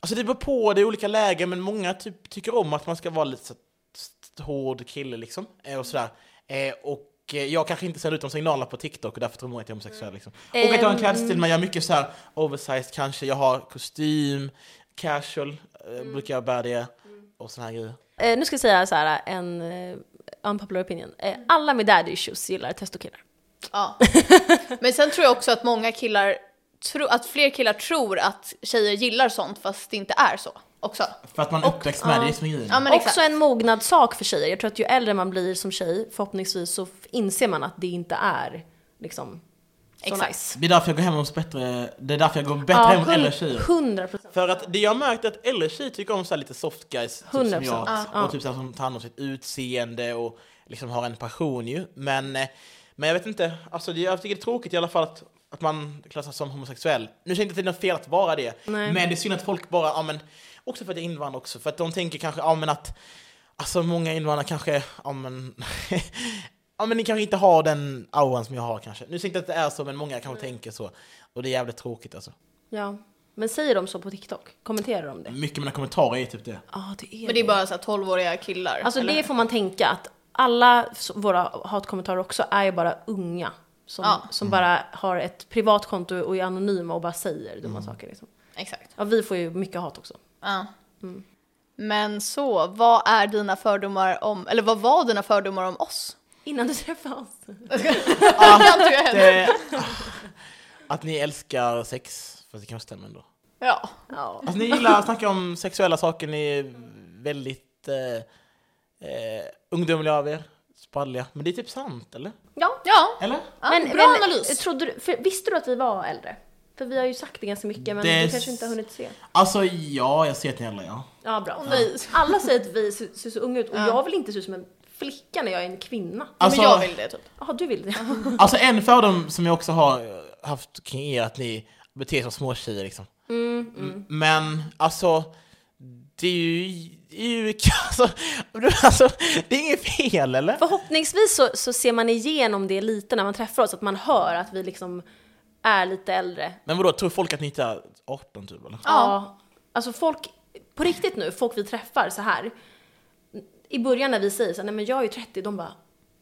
alltså det beror på, det är olika lägen, men många typ tycker om att man ska vara lite så st- hård kille liksom, eh, och sådär. Eh, och eh, jag kanske inte sänder ut de signalerna på TikTok och därför tror många att jag är homosexuell. Liksom. Och att jag har en klädstil, men jag är mycket så här oversized kanske, jag har kostym, casual, eh,
Mm.
brukar jag bära det, och såna här grejer.
Eh, nu ska jag säga så här, en eh, unpopular opinion. Eh,
Mm.
alla med daddy issues gillar testokillar.
Ja. Men sen tror jag också att många killar, tro, att fler killar tror att tjejer gillar sånt fast det inte är så också.
För att man är uppväxt med det, det är som är grejen.
Ja men
Också
exakt.
en mognadssak för tjejer. Jag tror att ju äldre man blir som tjej, förhoppningsvis så f- inser man att det inte är liksom så
Exakt.
nice.
Det är därför jag går hem hos bättre, det är därför jag går bättre hem hos äldre tjejer.
100 procent.
För att det jag har märkt är att äldre tjejer tycker om så här lite soft guys, typ som
100%,
jag.
ja.
Och typ så här som tar hand om sitt utseende och liksom har en passion ju. Men, eh, men jag vet inte, alltså det, jag tycker det är tråkigt i alla fall att, att man klassas som homosexuell. Nu säger jag inte att det är något fel att vara det,
Nej.
men det är synd att folk bara, ja men, också för att jag är invandrare också, för att de tänker kanske, ja men att, alltså många invandrare kanske, ja men, ja men ni kanske inte har den auran som jag har kanske. Nu säger jag inte att det är så, men många kanske tänker så. Och det är jävligt tråkigt alltså.
Ja. Men säger de så på TikTok? Kommenterar de det? Ja,
Mycket av mina kommentarer är typ det.
ah, det är
Mm. Men det är bara så här 12-åriga killar.
Alltså
eller?
det får man tänka att alla s- våra hatkommentarer också är ju bara unga Som,
Ja.
som bara har ett privat konto och är anonyma och bara säger dumma saker. Liksom.
Exakt.
Ja, vi får ju mycket hat också.
Ja.
Mm.
Men så, vad är dina fördomar om, eller vad var dina fördomar om oss?
Innan du träffade oss.
Innan du hände.
Eh, att ni älskar sex, fast det kanske stämmer ändå.
Ja.
Ja.
Alltså ni gillar att snacka om sexuella saker, ni är väldigt eh, eh, ungdomliga av er, spralliga. Men det är typ sant, eller?
ja.
Ja.
Eller?
ja bra analys.
Trodde du, för, visste du att vi var äldre? För vi har ju sagt det ganska mycket, men
Det-
du kanske inte har hunnit se.
Alltså ja, jag ser att ni gillar ja.
Ja, bra.
Åh, nej.
Alla säger att vi ser, ser så unga ut och jag vill inte se ut som en flicka när jag är en kvinna.
Alltså,
Men jag vill det typ.
Jaha, du vill det?
alltså en fördom som jag också har eh, haft kring er är att ni beter er som små tjejer liksom.
Mm,
M- Men alltså, det är ju... Det är, ju alltså, alltså, det är inget fel eller?
Förhoppningsvis så, så ser man igenom det lite när man träffar oss, att man hör att vi liksom är lite äldre.
Men vadå, tror folk att ni inte är 18 typ eller?
Ja. Alltså folk, på riktigt nu, folk vi träffar så här. I början när vi säger så här, nej men jag är ju 30, de bara,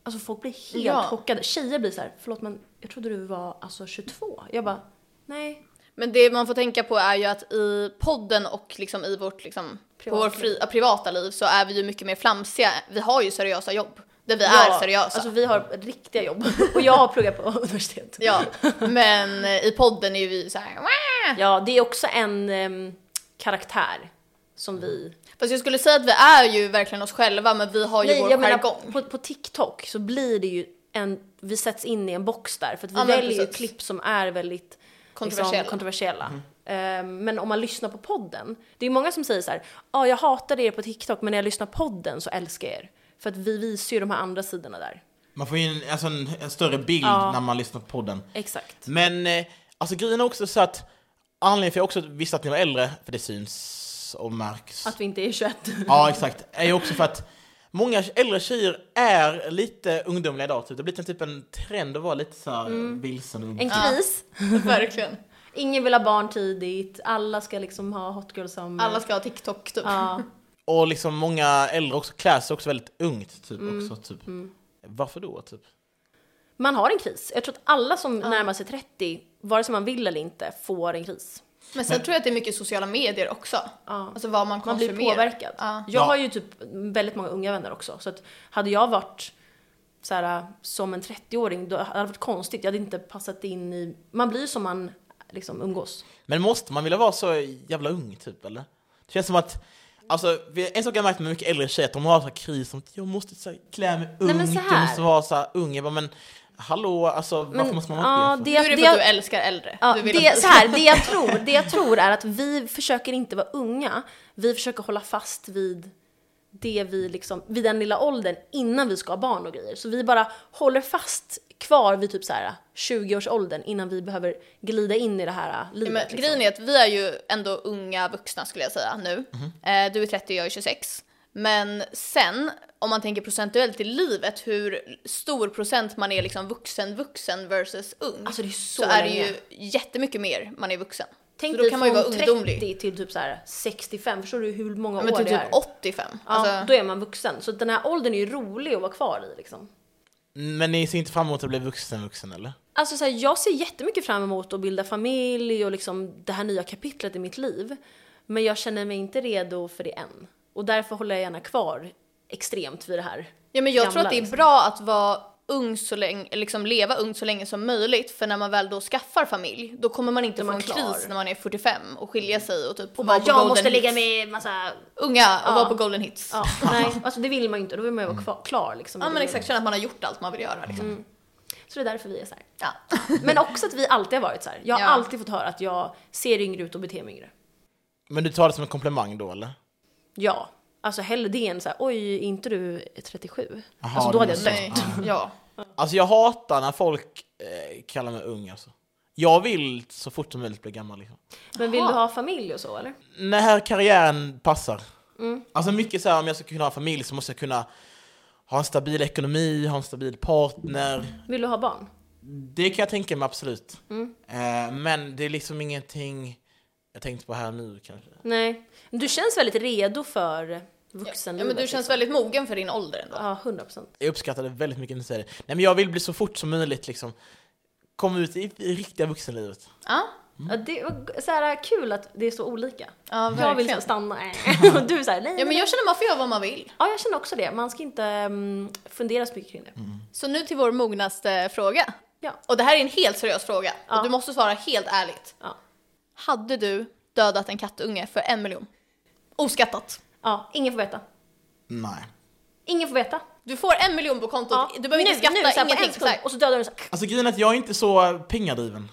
alltså folk blir helt
Ja.
chockade. Tjejer blir så här, förlåt men jag trodde du var alltså 22. Jag bara, nej.
Men det man får tänka på är ju att i podden och liksom i vårt liksom, på vår fri, ja, privata liv så är vi ju mycket mer flamsiga. Vi har ju seriösa jobb där vi
Ja,
är seriösa.
Alltså vi har riktiga jobb. Och jag har pluggat på universitet.
Ja, men eh, i podden är vi så här. "Wah!"
Ja, det är också en ehm, karaktär som vi...
Fast jag skulle säga att vi är ju verkligen oss själva men vi har ju vår jargong.
på, på TikTok så blir det ju en... Vi sätts in i en box där för att vi
Ja, men
väljer ju
precis.
klipp som är väldigt
Kontroversiella. Mhm.
Liksom, kontroversiella. Ehm, men om man lyssnar på podden, det är ju många som säger så här, ja jag hatade er på TikTok men när jag lyssnar på podden så älskar jag er. För att vi visar ju de här andra sidorna där.
Man får ju en, alltså en, en större bild
Ja.
när man lyssnar på podden.
Exakt.
Men eh, alltså grejen är också så att anledningen för jag också visste att ni var äldre, för det syns och märks.
Att vi inte är 21.
Ja, exakt. Är ju också för att många äldre tjejer är lite ungdomliga idag. Typ. Det har blivit en, typ en trend att vara lite så här vilsen. och ung.
Mm. En kris,
Verkligen.
Mm. ingen vill ha barn tidigt, alla ska liksom ha hot girl summer.
Alla ska ha TikTok typ.
Ja.
Och liksom många äldre också klär sig också väldigt ungt. Typ,
Mm.
också, typ. Varför då? Typ?
Man har en kris. Jag tror att alla som närmar sig 30, vare sig man vill eller inte, får en kris.
Men sen tror jag att det är mycket sociala medier också. Alltså vad man
Man
konsumerar.
blir påverkad.
Ja.
Jag
Ja.
har ju typ väldigt många unga vänner också, så att hade jag varit så här, som en 30-åring, då hade det varit konstigt. Jag hade inte passat in i... Man blir ju som man liksom umgås.
Men måste man vilja vara så jävla ung typ eller? Det känns som att, alltså vi- en sak jag märkt med mycket äldre tjejer, att de har så här kris som att jag måste så här, klä mig
men
ungt,
så
jag
här.
måste vara så här ung. Jag bara, men hallå, alltså varför måste man vara
ja,
det?
det,
för?
Nu är det för
det,
att du älskar äldre.
Ja,
du att
det,
vi-
så här, det, jag tror, det jag tror är att vi försöker inte vara unga, vi försöker hålla fast vid det vi liksom, vid den lilla åldern innan vi ska ha barn och grejer. Så vi bara håller fast kvar vid typ så här 20-årsåldern innan vi behöver glida in i det här livet.
Men
liksom.
Grejen är att vi är ju ändå unga vuxna skulle jag säga nu.
Mhm.
Eh, du är 30 jag är 26. Men sen, om man tänker procentuellt i livet, hur stor procent man är liksom vuxen vuxen versus ung.
Alltså, det är så
är det
länge.
ju jättemycket mer man är vuxen.
Tänk
så då
dig
kan man ju vara
från
ungdomlig.
30 till typ så här 65, förstår du hur många
Ja, Men
år
till
det är?
typ 85.
Ja,
Alltså,
då är man vuxen. Så den här åldern är ju rolig att vara kvar i liksom.
Men ni ser inte fram emot att bli vuxen vuxen eller?
Alltså så här, jag ser jättemycket fram emot att bilda familj och liksom det här nya kapitlet i mitt liv. Men jag känner mig inte redo för det än. Och därför håller jag gärna kvar extremt vid det här.
ja, men jag tror
Gamla,
att det är
liksom.
bra att vara ung så länge, liksom leva ung så länge som möjligt för när man väl då skaffar familj då kommer man inte
Då är
få en
man klar.
kris när man är 45 och skilja sig och typ
Och
vara
bara,
på
jag
golden
måste lägga
hits."
mig i massa...
unga och
Ja.
vara på golden hits. Ja.
Ja, nej, alltså det vill man ju inte. Då vill man ju vara kvar, klar liksom. i
men
det.
exakt, känna att man har gjort allt man vill göra liksom.
Mm. Så det är därför vi är så här.
Ja.
Men också att vi alltid har varit så här. Jag har
Ja.
alltid fått höra att jag ser yngre ut och beter mig yngre.
Men du tar det som en komplimang då eller?
Ja. Alltså hellre det än så här, oj, är inte du 37?
Aha,
alltså då
det
hade jag
måste-
dött.
Nej, ja.
Alltså jag hatar när folk eh, kallar mig ung alltså. Jag vill så fort som möjligt bli gammal liksom.
Men vill
Aha.
du ha familj och så eller?
när karriären passar. Alltså mycket så här, om jag ska kunna ha familj så måste jag kunna ha en stabil ekonomi, ha en stabil partner.
Vill du ha barn?
Det kan jag tänka mig absolut. Eh, men det är liksom ingenting jag tänkte på här nu kanske.
Nej. Du känns väldigt redo för
ja
vuxenlivet.
men du känns
liksom.
väldigt mogen för din ålder ändå.
Ja, 100 procent.
Jag uppskattade väldigt mycket när du säger det. Nej men jag vill bli så fort som möjligt liksom. kom ut i i riktiga vuxenlivet.
Ja,
Mm.
Ja, det var så här, kul att det är så olika.
ja
Jag vill
verkligen.
så stanna. Och du är såhär, nej,
Ja, men
nej.
jag känner man får göra vad man vill.
Ja, jag känner också det. Man ska inte mm, fundera så mycket kring det.
Mm.
Så nu till vår mognaste fråga.
Ja.
Och det här är en helt seriös fråga
Ja.
och du måste svara helt ärligt.
Ja.
Hade du dödat en kattunge för en miljon? Oskattat.
ja, ingen får veta.
Nej.
Ingen får veta.
Du får en miljon på kontot,
Ja.
du behöver inte skatta,
nu, så här, på en
ingenting.
sekund.
så här.
Och så dödar du så här.
Alltså grejen är att jag är inte så pengadriven.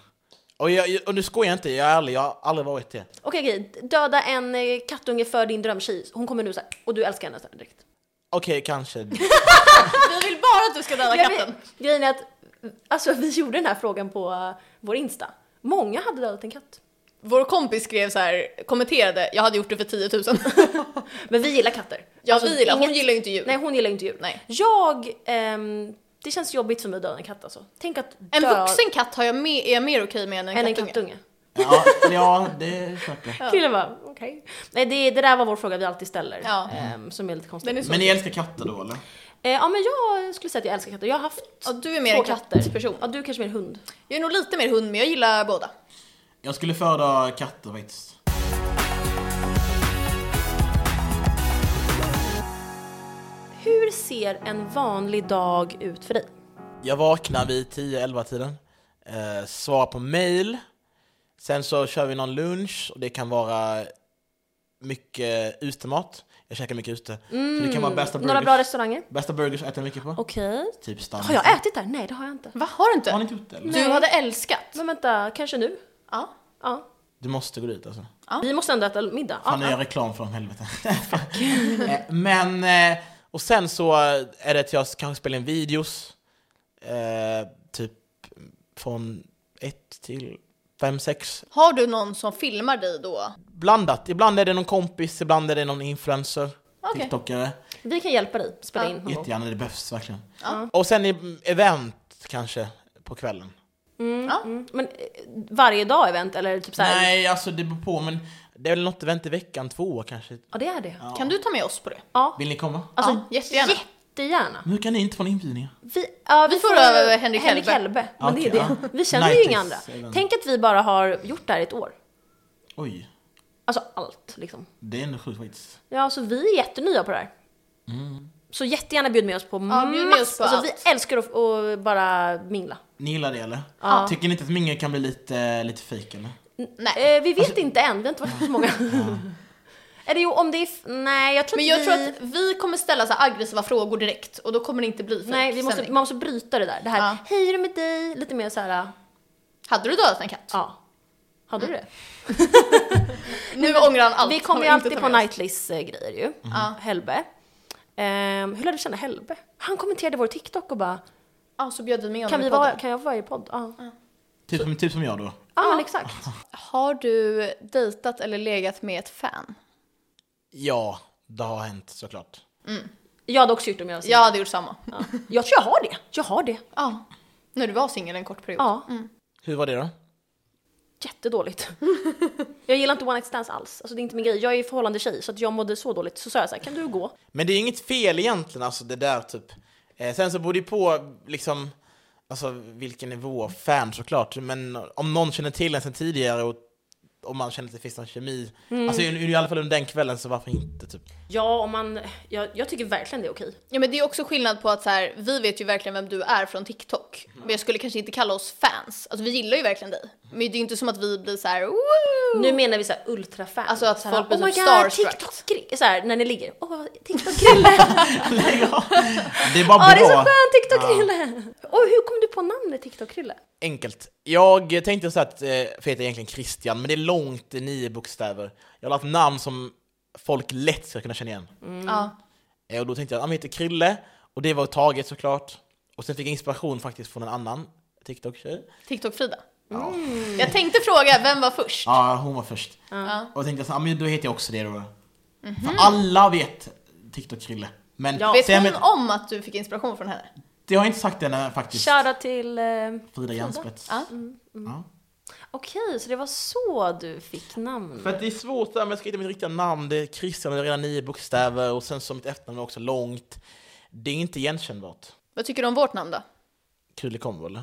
Och, jag, och nu skojar jag inte, jag är ärlig, jag har aldrig varit det.
Okej, okej. Döda en eh, kattunge för din drömtjej. Hon kommer nu så här, och du älskar henne så här direkt.
Okej, kanske.
Vi vill bara att du ska döda
Jag
katten.
vet- Grejen är att alltså, vi gjorde den här frågan på eh, vår Insta. Många hade dödat en katt.
Vår kompis skrev så här, kommenterade, jag hade gjort det för 10 000.
Men vi gillar katter.
Ja,
Alltså,
vi gillar, hon
inget-
gillar ju inte djur.
Nej, hon gillar ju inte djur.
Nej.
Jag, ehm, det känns jobbigt för mig att döda en katt alltså. Tänk att
En
dö
vuxen katt har jag med, är jag mer okej med än en
än en
kattunge.
kattunge.
Ja, ja det köper jag.
Killen bara, okej. Nej, det, det där var vår fråga vi alltid ställer.
Ja.
ehm, som är lite konstig.
Den är så...
Men ni älskar katter då eller?
Eh, ja, men jag skulle säga att jag älskar katter. Jag har haft
ja, du är mer
två
en
katter.
kattperson.
Ja, du är kanske mer hund.
Jag är nog lite mer hund, men jag gillar båda.
Jag skulle föredra katter faktiskt.
Hur ser en vanlig dag ut för dig?
Jag vaknar vid 10-11 tiden, eh, svarar på mail, sen så kör vi någon lunch och det kan vara mycket utemat. Jag käkar mycket ute. Så det kan vara bästa
Mm, Några bra
burgers.
restauranger?
Bästa burgers äter jag mycket på.
Okej.
Typ Stanley.
Har jag ätit där? Nej, det har jag inte.
Va, har du inte?
Har ni inte gjort det? eller?
Du
Nej.
hade älskat.
Men vänta, kanske nu?
Ja.
Ja.
Du måste gå dit alltså.
Vi måste ändå äta middag.
Fan, nu
ja,
gör
ja.
jag reklam för dem, helvete. Eh, Men, eh, och sen så eh, är det att jag kanske spelar in videos. Eh, typ från ett till fem, sex.
Har du någon som filmar dig då?
Blandat. Ibland är det någon kompis, ibland är det någon influencer.
Okej.
TikTokare.
Vi kan hjälpa dig spela
Ja.
in någon gång.
Jättegärna, det behövs verkligen.
Ja.
Och sen i- event kanske på kvällen.
Mm. Men eh, varje dag event eller typ så här?
Nej, alltså det beror på, men det är väl något event i veckan, två kanske.
Ja, det är det.
Ja.
Kan du ta med oss på det?
Ja.
Vill ni komma?
Alltså,
Ja, jättegärna.
jättegärna.
Men hur kan ni inte få en inbjudning?
Vi, ja,
Vi får över Henrik Hellberg.
Hellberg. Men det är
Okej,
det.
ja.
Vi känner ju inga andra.
90s även.
Tänk att vi bara har gjort det här i ett år.
Oj,
Alltså allt liksom.
det är ändå sjukt faktiskt.
Ja, alltså vi är jättenya på det här. Så jättegärna bjöd med oss på
Ja, bjud med
mass-
oss på
alltså,
allt.
Vi älskar att, att bara mingla.
Ni gillar det eller?
Ja.
Tycker ni inte att mingel kan bli lite, lite fejk eller?
Nej. Alltså-
Eh, vi vet inte än, vi har inte varit på så många. Eller jo, om det är... f- Nej, jag tror
Men
att
jag
vi...
tror att vi kommer ställa så här aggressiva frågor direkt och då kommer det inte bli fake
Nej, vi måste,
sändning.
man måste bryta det där. Det här,
Ja.
hej hur är det med dig? Lite mer så här,
Hade du dödat en katt?
ja. Hade du det?
Nu ångrar han Mm. allt.
Vi kommer ju
Han vill
alltid
inte
på
ta med oss.
Nightlists-grejer ju.
Ja.
Helbe. Ehm, hur lärde du känna Helbe? Han kommenterade vår TikTok och bara,
Ja, så bjöd vi med
kan,
honom
vi
i
vara,
podden.
kan jag vara i podd? Ja, ja.
Typ som, typ som jag då.
men exakt.
Har du dejtat eller legat med ett fan?
Ja, det har hänt såklart.
Jag hade också gjort det om jag var
Jag
singel.
hade gjort samma. Ja.
Jag tror jag har det. Jag har det.
När du var singel en kort period.
Ja. Mm.
Hur var det då?
Jättedåligt. jag gillar inte one night stands alls. Alltså det är inte min grej. Jag är förhållande tjej så att jag mådde så dåligt. Så sa jag så här, kan du gå?
Men det är inget fel egentligen, alltså det där typ. Eh, sen så beror det ju på liksom, alltså vilken nivå av fan såklart. Men om någon känner till en sen tidigare och om man känner att det finns någon kemi.
Mm.
Alltså i, i alla fall under den kvällen så varför inte typ.
Ja, om man... Jag, jag tycker verkligen det är okej.
Ja men det är också skillnad på att så här, vi vet ju verkligen vem du är från TikTok. Men jag skulle kanske inte kalla oss fans. Alltså vi gillar ju verkligen dig. Men det är ju inte som att vi blir så här. Woo!
Nu menar vi så här ultrafan.
Oh. Alltså att
så här,
folk blir
oh my
typ
god,
starstruck."
TikTok-kri- så här, när ni ligger. Åh, TikTok-krille!
Lägg av. det är bara
Ja, det är så
bra.
skönt, TikTok-krille! Åh, hur kom du på namnet TikTok-krille?
Enkelt. Jag tänkte så att, eh, för jag heter egentligen Christian, men det är långt, det är nio bokstäver. Jag har lagt namn som folk lätt ska kunna känna igen.
Ja.
Eh, Och då tänkte jag, han heter Krille, och det var taget såklart. Och sen fick jag inspiration faktiskt från en annan TikTok-tjej.
TikTok-Frida. Jag tänkte fråga, vem var först?
Ja, hon var först.
Ja. Mhm.
Och då tänkte jag så, ja, men då heter jag också det då. För alla vet TikTok-Krille. Men
Ja.
Vet
sen,
hon
men,
om att du fick inspiration från henne?
det har jag inte sagt än eh, faktiskt.
Shoutout till... Eh,
Frida Järnspets.
Ja. Mm.
Ja.
Okej, så det var så du fick namn.
För att det är svårt, där, men jag ska hitta mitt riktiga namn, det är Christian, det är redan nio bokstäver och sen så mitt efternamn är också långt. Det är inte igenkännbart.
Vad tycker du om vårt namn då?
Krille kom väl?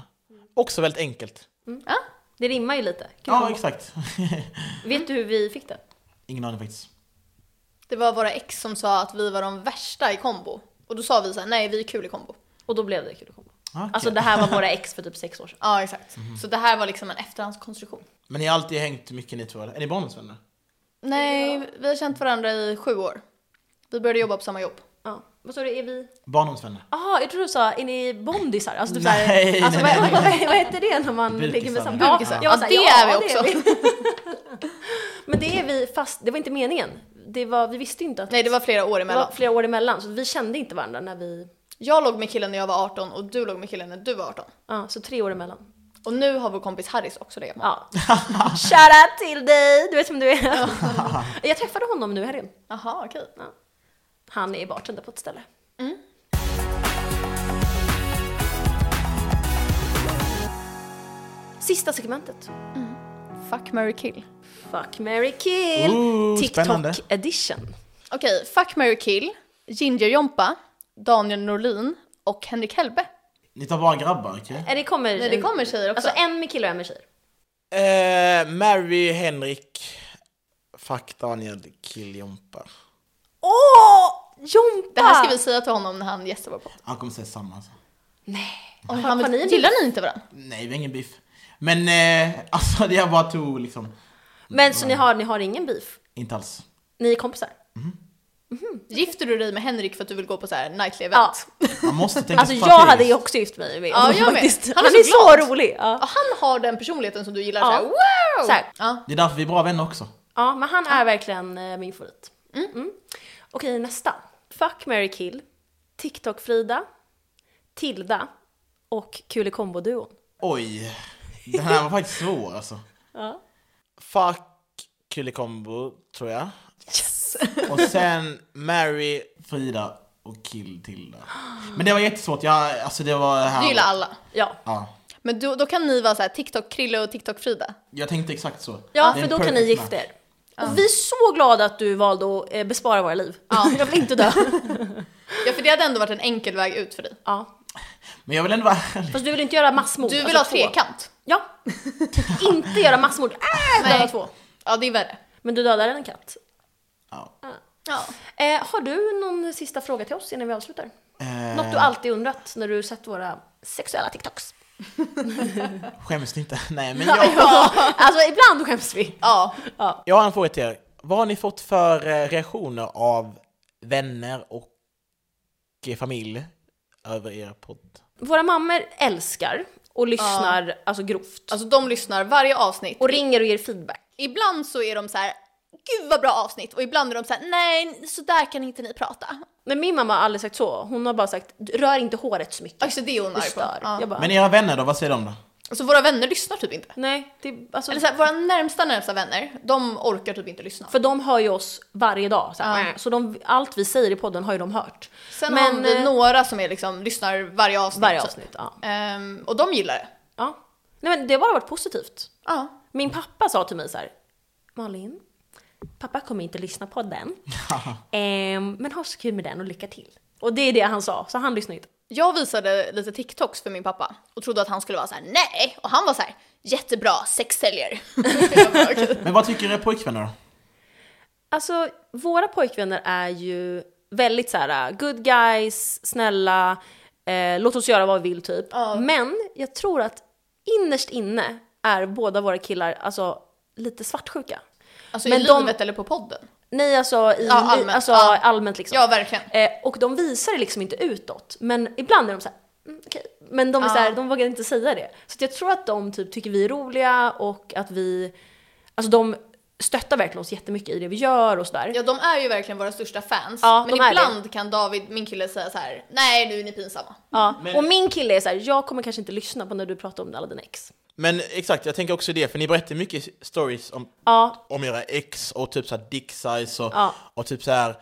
Också väldigt enkelt.
Ja.
Det rimmar ju lite. Kul
Ja,
kombo.
exakt.
Vet du hur vi fick det?
Ingen aning faktiskt.
Det var våra ex som sa att vi var de värsta i kombo. Och då sa vi så här, nej vi är kul i kombo.
Och då blev det kul kombo.
Ah, okej.
Alltså det här var våra ex för typ sex år sedan.
Ja exakt. Så det här var liksom en efterhandskonstruktion.
Men ni har alltid hängt mycket ni två, eller? Är ni barndomsvänner?
Nej, vi har känt varandra i sju år. Vi började jobba på samma jobb.
Ja. Vad sa du, är vi?
Barndomsvänner?
Jaha, jag tror du sa, är ni bondisar? Alltså typ
Nej,
såhär, alltså,
nej,
vad, vad, vad heter det när man
Bulkisar.
ligger med samma?
Bulkisar.
jag var såhär,
Ja, det är vi också.
Men det är vi fast, det var inte meningen. Det var, vi visste inte att
Nej det var flera år
det var
emellan.
flera år emellan så vi kände inte varandra när vi,
Jag låg med killen när jag var 18 och du låg med killen när du var 18.
ja så tre år emellan.
Och nu har vår kompis Harris också det.
Ja. Shoutout till dig, du vet vem du är. jag träffade honom nu i helgen.
Jaha okej.
Han är bartender på ett ställe. Mm. Sista segmentet.
Fuck, marry, kill.
Fuck, marry, kill!
Ooh,
TikTok
spännande.
edition.
Okej, fuck, marry, kill. Ginger-Jompa, Daniel Norlin och Henrik Hellbe.
Ni tar bara grabbar, okej?
Nej, det kommer...
Nej det kommer tjejer också.
Alltså en med killar och en med tjejer.
Eh, Mary, Henrik, fuck Daniel, kill Jompa.
Åh! Jompa!
det här ska vi säga till honom när han gästar vår podd.
Han kommer säga samma alltså.
Oj,
Har-
han
har
vill,
ni en
gillar ni inte varandra?
Nej, vi har ingen biff. Men eh, alltså, det jag bara tog liksom,
Men så ni har, ni har ingen beef?
inte alls.
Ni är kompisar?
Gifter du dig med Henrik för att du vill gå på så här nightly event?
Ja.
Man måste tänka
Alltså jag
strategiskt.
hade ju också gift mig med
Ja, jag med.
Han, är så, rolig! Ja.
Ja, han har den personligheten som du gillar
Ja.
så här, wow!
Så här.
Ja.
Det är därför vi är bra vänner också.
Ja, men han är verkligen eh, min favorit. Mm. Okej, nästa. Fuck, Mary kill, TikTok-Frida, Tilda och Kul i kombo-duon.
Oj, den här var faktiskt svår alltså.
Ja.
Fuck Kulikombo, tror jag. Yes! Och sen Mary, Frida och Kill Tilda. Men det var jättesvårt, jag, alltså det var... Här.
Du gillar alla.
Ja,
Ja,
Men då, då kan ni vara så här TikTok-Krille och TikTok-Frida.
jag tänkte exakt så.
ja
Det är
för
en
då kan ni
perfect
gifta
match.
er. Och vi är så glada att du valde att eh, bespara våra liv. Jag vill inte dö.
Ja för det hade ändå varit en enkel väg ut för dig.
Ja.
Men jag vill ändå vara ärlig.
Fast du vill inte göra massmord.
Du vill
alltså
ha
två.
trekant.
Ja. inte göra massmord. Äh, döda två.
Ja det är värre.
Men du dödar en katt.
Ja.
Ja.
Eh, har du någon sista fråga till oss innan vi avslutar?
Eh,
Något du alltid undrat när du sett våra sexuella TikToks?
Eh, Skäms ni inte? Nej, men jag,
Ja. alltså ibland skäms vi.
Ja.
jag har en fråga till er. Vad har ni fått för eh, reaktioner av vänner och eh, familj över er podd?
Våra mammor älskar och lyssnar alltså grovt.
Alltså de lyssnar varje avsnitt.
och ringer och ger feedback.
Ibland så är de så här, gud vad bra avsnitt. Och ibland är de så här, nej så där kan inte ni prata.
Men min mamma har aldrig sagt så. Hon har bara sagt rör inte håret så mycket.
Alltså det är hon
det
arg på.
stör.
Ja.
Jag bara,
Men era vänner då, vad säger de då?
Alltså våra vänner lyssnar typ inte.
nej. Det, alltså,
Eller så här, våra närmsta närmsta vänner, de orkar typ inte lyssna.
för de hör ju oss varje dag. Så, här,
Ja.
"Äh." så de, allt vi säger i podden har ju de hört.
Sen
Men,
har vi
eh,
några som är liksom, lyssnar varje avsnitt.
Varje
typ.
avsnitt, ja.
Ehm, och de gillar det.
ja. Nej, men det har bara varit positivt.
Ja.
Min pappa sa till mig så här, Malin, pappa kommer inte lyssna på den. Ehm, men ha så kul med den och lycka till. Och det är det han sa, så han lyssnar inte.
Jag visade lite TikToks för min pappa och trodde att han skulle vara så här: nej! Och han var så här: jättebra, sex säljer. Jag bara, okej.
Men vad tycker era pojkvänner då?
Alltså, våra pojkvänner är ju väldigt så här, äh, good guys, snälla, eh, låt oss göra vad vi vill typ. Men jag tror att innerst inne är båda våra killar alltså lite svartsjuka.
Alltså
Men
i
de-
livet eller på podden?
Nej, alltså, i,
Ja, allmänt.
i, alltså
Ja.
allmänt liksom.
Ja, verkligen.
Eh, och de visar det liksom inte utåt, men ibland är de så här, mm, okej. Men de, är så här, de vågar inte säga det. Så att jag tror att de typ tycker vi är roliga och att vi, alltså de stöttar verkligen oss jättemycket i det vi gör och sådär.
Ja, de är ju verkligen våra största fans.
Ja,
men
de är
ibland kan David, min kille, säga så här: nej nu är ni pinsamma.
Ja.
Men-
Och min kille är så här, jag kommer kanske inte lyssna på när du pratar om alla dina ex.
Men exakt, jag tänker också det, för ni berättar mycket stories om,
Ja,
om era ex och typ såhär dick size och,
Ja.
och typ såhär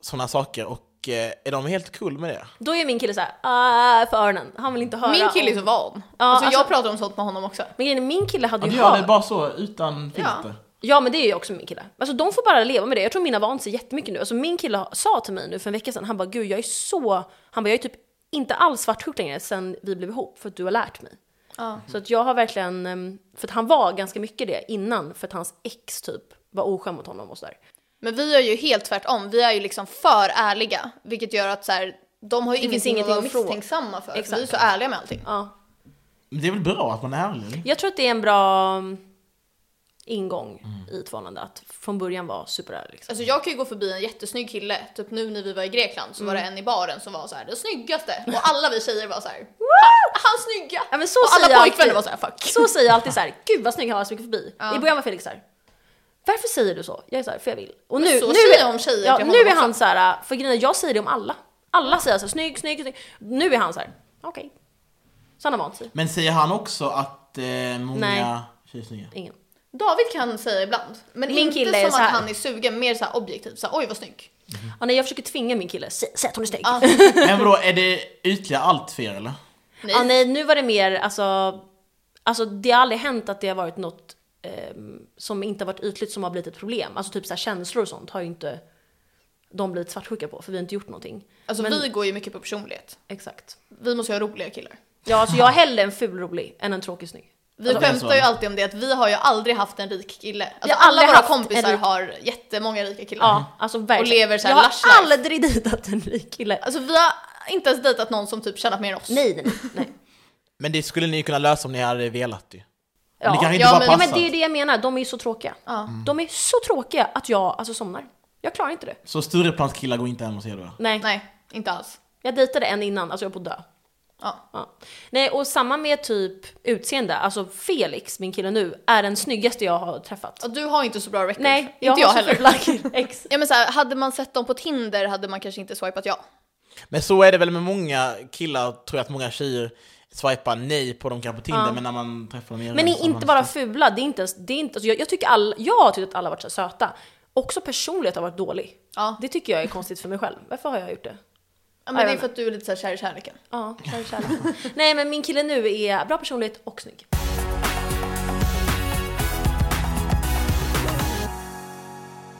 sådana saker och eh, är de helt cool med det?
då är min kille så här, "Ah, för öronen. Han vill inte höra
Min kille är
om...
så van. alltså,
alltså-
jag pratar om sånt med honom också.
Men grejen är, min kille hade
Du
ju
gör
hört.
det bara så, utan filter?
Ja men det är ju också min kille. Alltså de får bara leva med det. Jag tror mina vant sig jättemycket nu. Alltså min kille har- sa till mig nu för en vecka sedan, han bara gud jag är så, han bara jag är typ inte alls svartsjuk längre sen vi blev ihop för att du har lärt mig.
Ja.
Så att jag har verkligen, ehm, för att han var ganska mycket det innan, för att hans ex typ var oskön mot honom och sådär.
Men vi är ju helt tvärtom, vi är ju liksom för ärliga. Vilket gör att så här, de har ju
Det finns
ingenting, att vara
ingenting att fråga.
misstänksamma för. för
Exakt.
Vi är så ärliga med allting.
Ja.
Men det är väl bra att man är ärlig?
Jag tror att det är en bra mm, ingång i ett förhållande, att från början vara superärlig. Liksom.
Alltså jag kan ju gå förbi en jättesnygg kille, typ nu när vi var i Grekland så
Mm.
var det en i baren som var så här den snyggaste och alla vi tjejer var så här "Ha, han snygga!
Ja, men så
och
säger jag
alla pojkvänner
alltid.
var så här fuck.
Så säger jag alltid så här, gud vad snygg han var som gick förbi. I början var Felix så här, varför säger du så? Jag är så här, för jag vill. Och nu,
så
nu,
säger
är-
jag om tjejer
ja,
till
nu
honom
är han så här, för grejen är, jag säger det om alla. Alla säger så här, snygg, snygg, snygg. Nu är han så här, okej. Så han har vant sig.
Men säger han också att eh, många
Nej.
tjejer är snygga?
Ingen.
David kan säga ibland, men
Min
inte
kille är
som
så
att
här.
han är sugen, mer så här objektivt så här, oj vad snygg.
Ja, nej, jag försöker tvinga min kille, sä- säg att hon är snygg.
Ja.
Men vadå, är det ytliga allt för er eller?
Nej.
Ja, nej, nu var det mer alltså, alltså det har aldrig hänt att det har varit något ehm, som inte har varit ytligt som har blivit ett problem. Alltså typ så här känslor och sånt har ju inte de blivit svartsjuka på för vi har inte gjort någonting.
Alltså
Men-
vi går ju mycket på personlighet.
Exakt.
Vi måste ju ha roliga killar.
Ja, alltså jag är hellre en ful rolig än en tråkig snygg.
Vi
det är
skämtar
så.
ju alltid om det att vi har ju aldrig haft en rik kille. Alltså,
Jag har
alla
aldrig
våra
haft en
kompisar
rik-
har jättemånga rika killar.
Ja, alltså verkligen.
lever så här
jag
lush life.
har aldrig dejtat en rik kille.
Alltså vi har inte ens dejtat någon som typ tjänat mer än oss.
Nej, nej, nej, nej.
Men det skulle ni kunna lösa om ni hade velat ju.
Ja.
det kanske inte
ja,
bara
men-
Ja,
passar.
men det är ju det jag menar, de är ju så tråkiga.
Ja.
De är så tråkiga att jag alltså somnar. Jag klarar inte det.
Så Stureplans killar går inte hem hos er då?
Nej.
Nej, inte alls.
Jag dejtade en innan, alltså jag var på att dö.
Ja.
Ja. Nej, och samma med typ utseende. Alltså Felix, min kille nu, är den snyggaste jag har träffat.
Och du har inte så bra record.
Nej, jag
inte
har
jag
så
heller.
fula kill- Ex.
Ja, men så här, hade man sett dem på Tinder hade man kanske inte swipat ja.
Men så är det väl med många killar, tror jag att många tjejer swipar nej på dem kanske på Tinder, men när man träffar dem i
Men
real
i-
life så
inte
har
bara
man-
fula, det är inte ens, det är inte, alltså jag, jag tycker all, jag har tyckt att alla har varit så här söta. Också personlighet har varit dålig.
Ja.
Det tycker jag är konstigt för mig själv. Varför har jag gjort det? Ja,
ja men
jag
det är
vet.
för att du är lite så här kär i kärleken.
Ja, kär, kär. Nej men min kille nu är bra personlighet och snygg.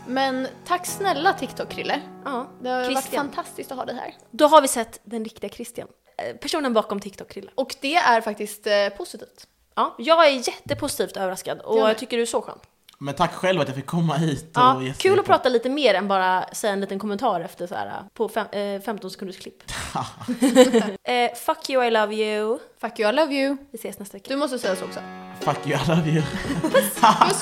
Men tack snälla TikTok-Krille.
Ja,
Det har varit
Christian.
fantastiskt att ha dig här.
Då har vi sett den riktiga Christian. Eh, Personen bakom TikTok-krillen.
Och det är faktiskt eh, positivt.
Ja, jag är jättepositivt överraskad och
Jag med.
jag tycker du är så skön.
Men tack själv att jag fick komma hit och
Ja,
gästa
kul
er
att
på-
prata lite mer än bara säga en liten kommentar efter så här på fem, eh, 15 sekunders klipp. eh, fuck you, I love you.
Fuck you, I love you.
Vi ses nästa vecka.
Du måste säga så också.
Fuck you, I love you.
Puss!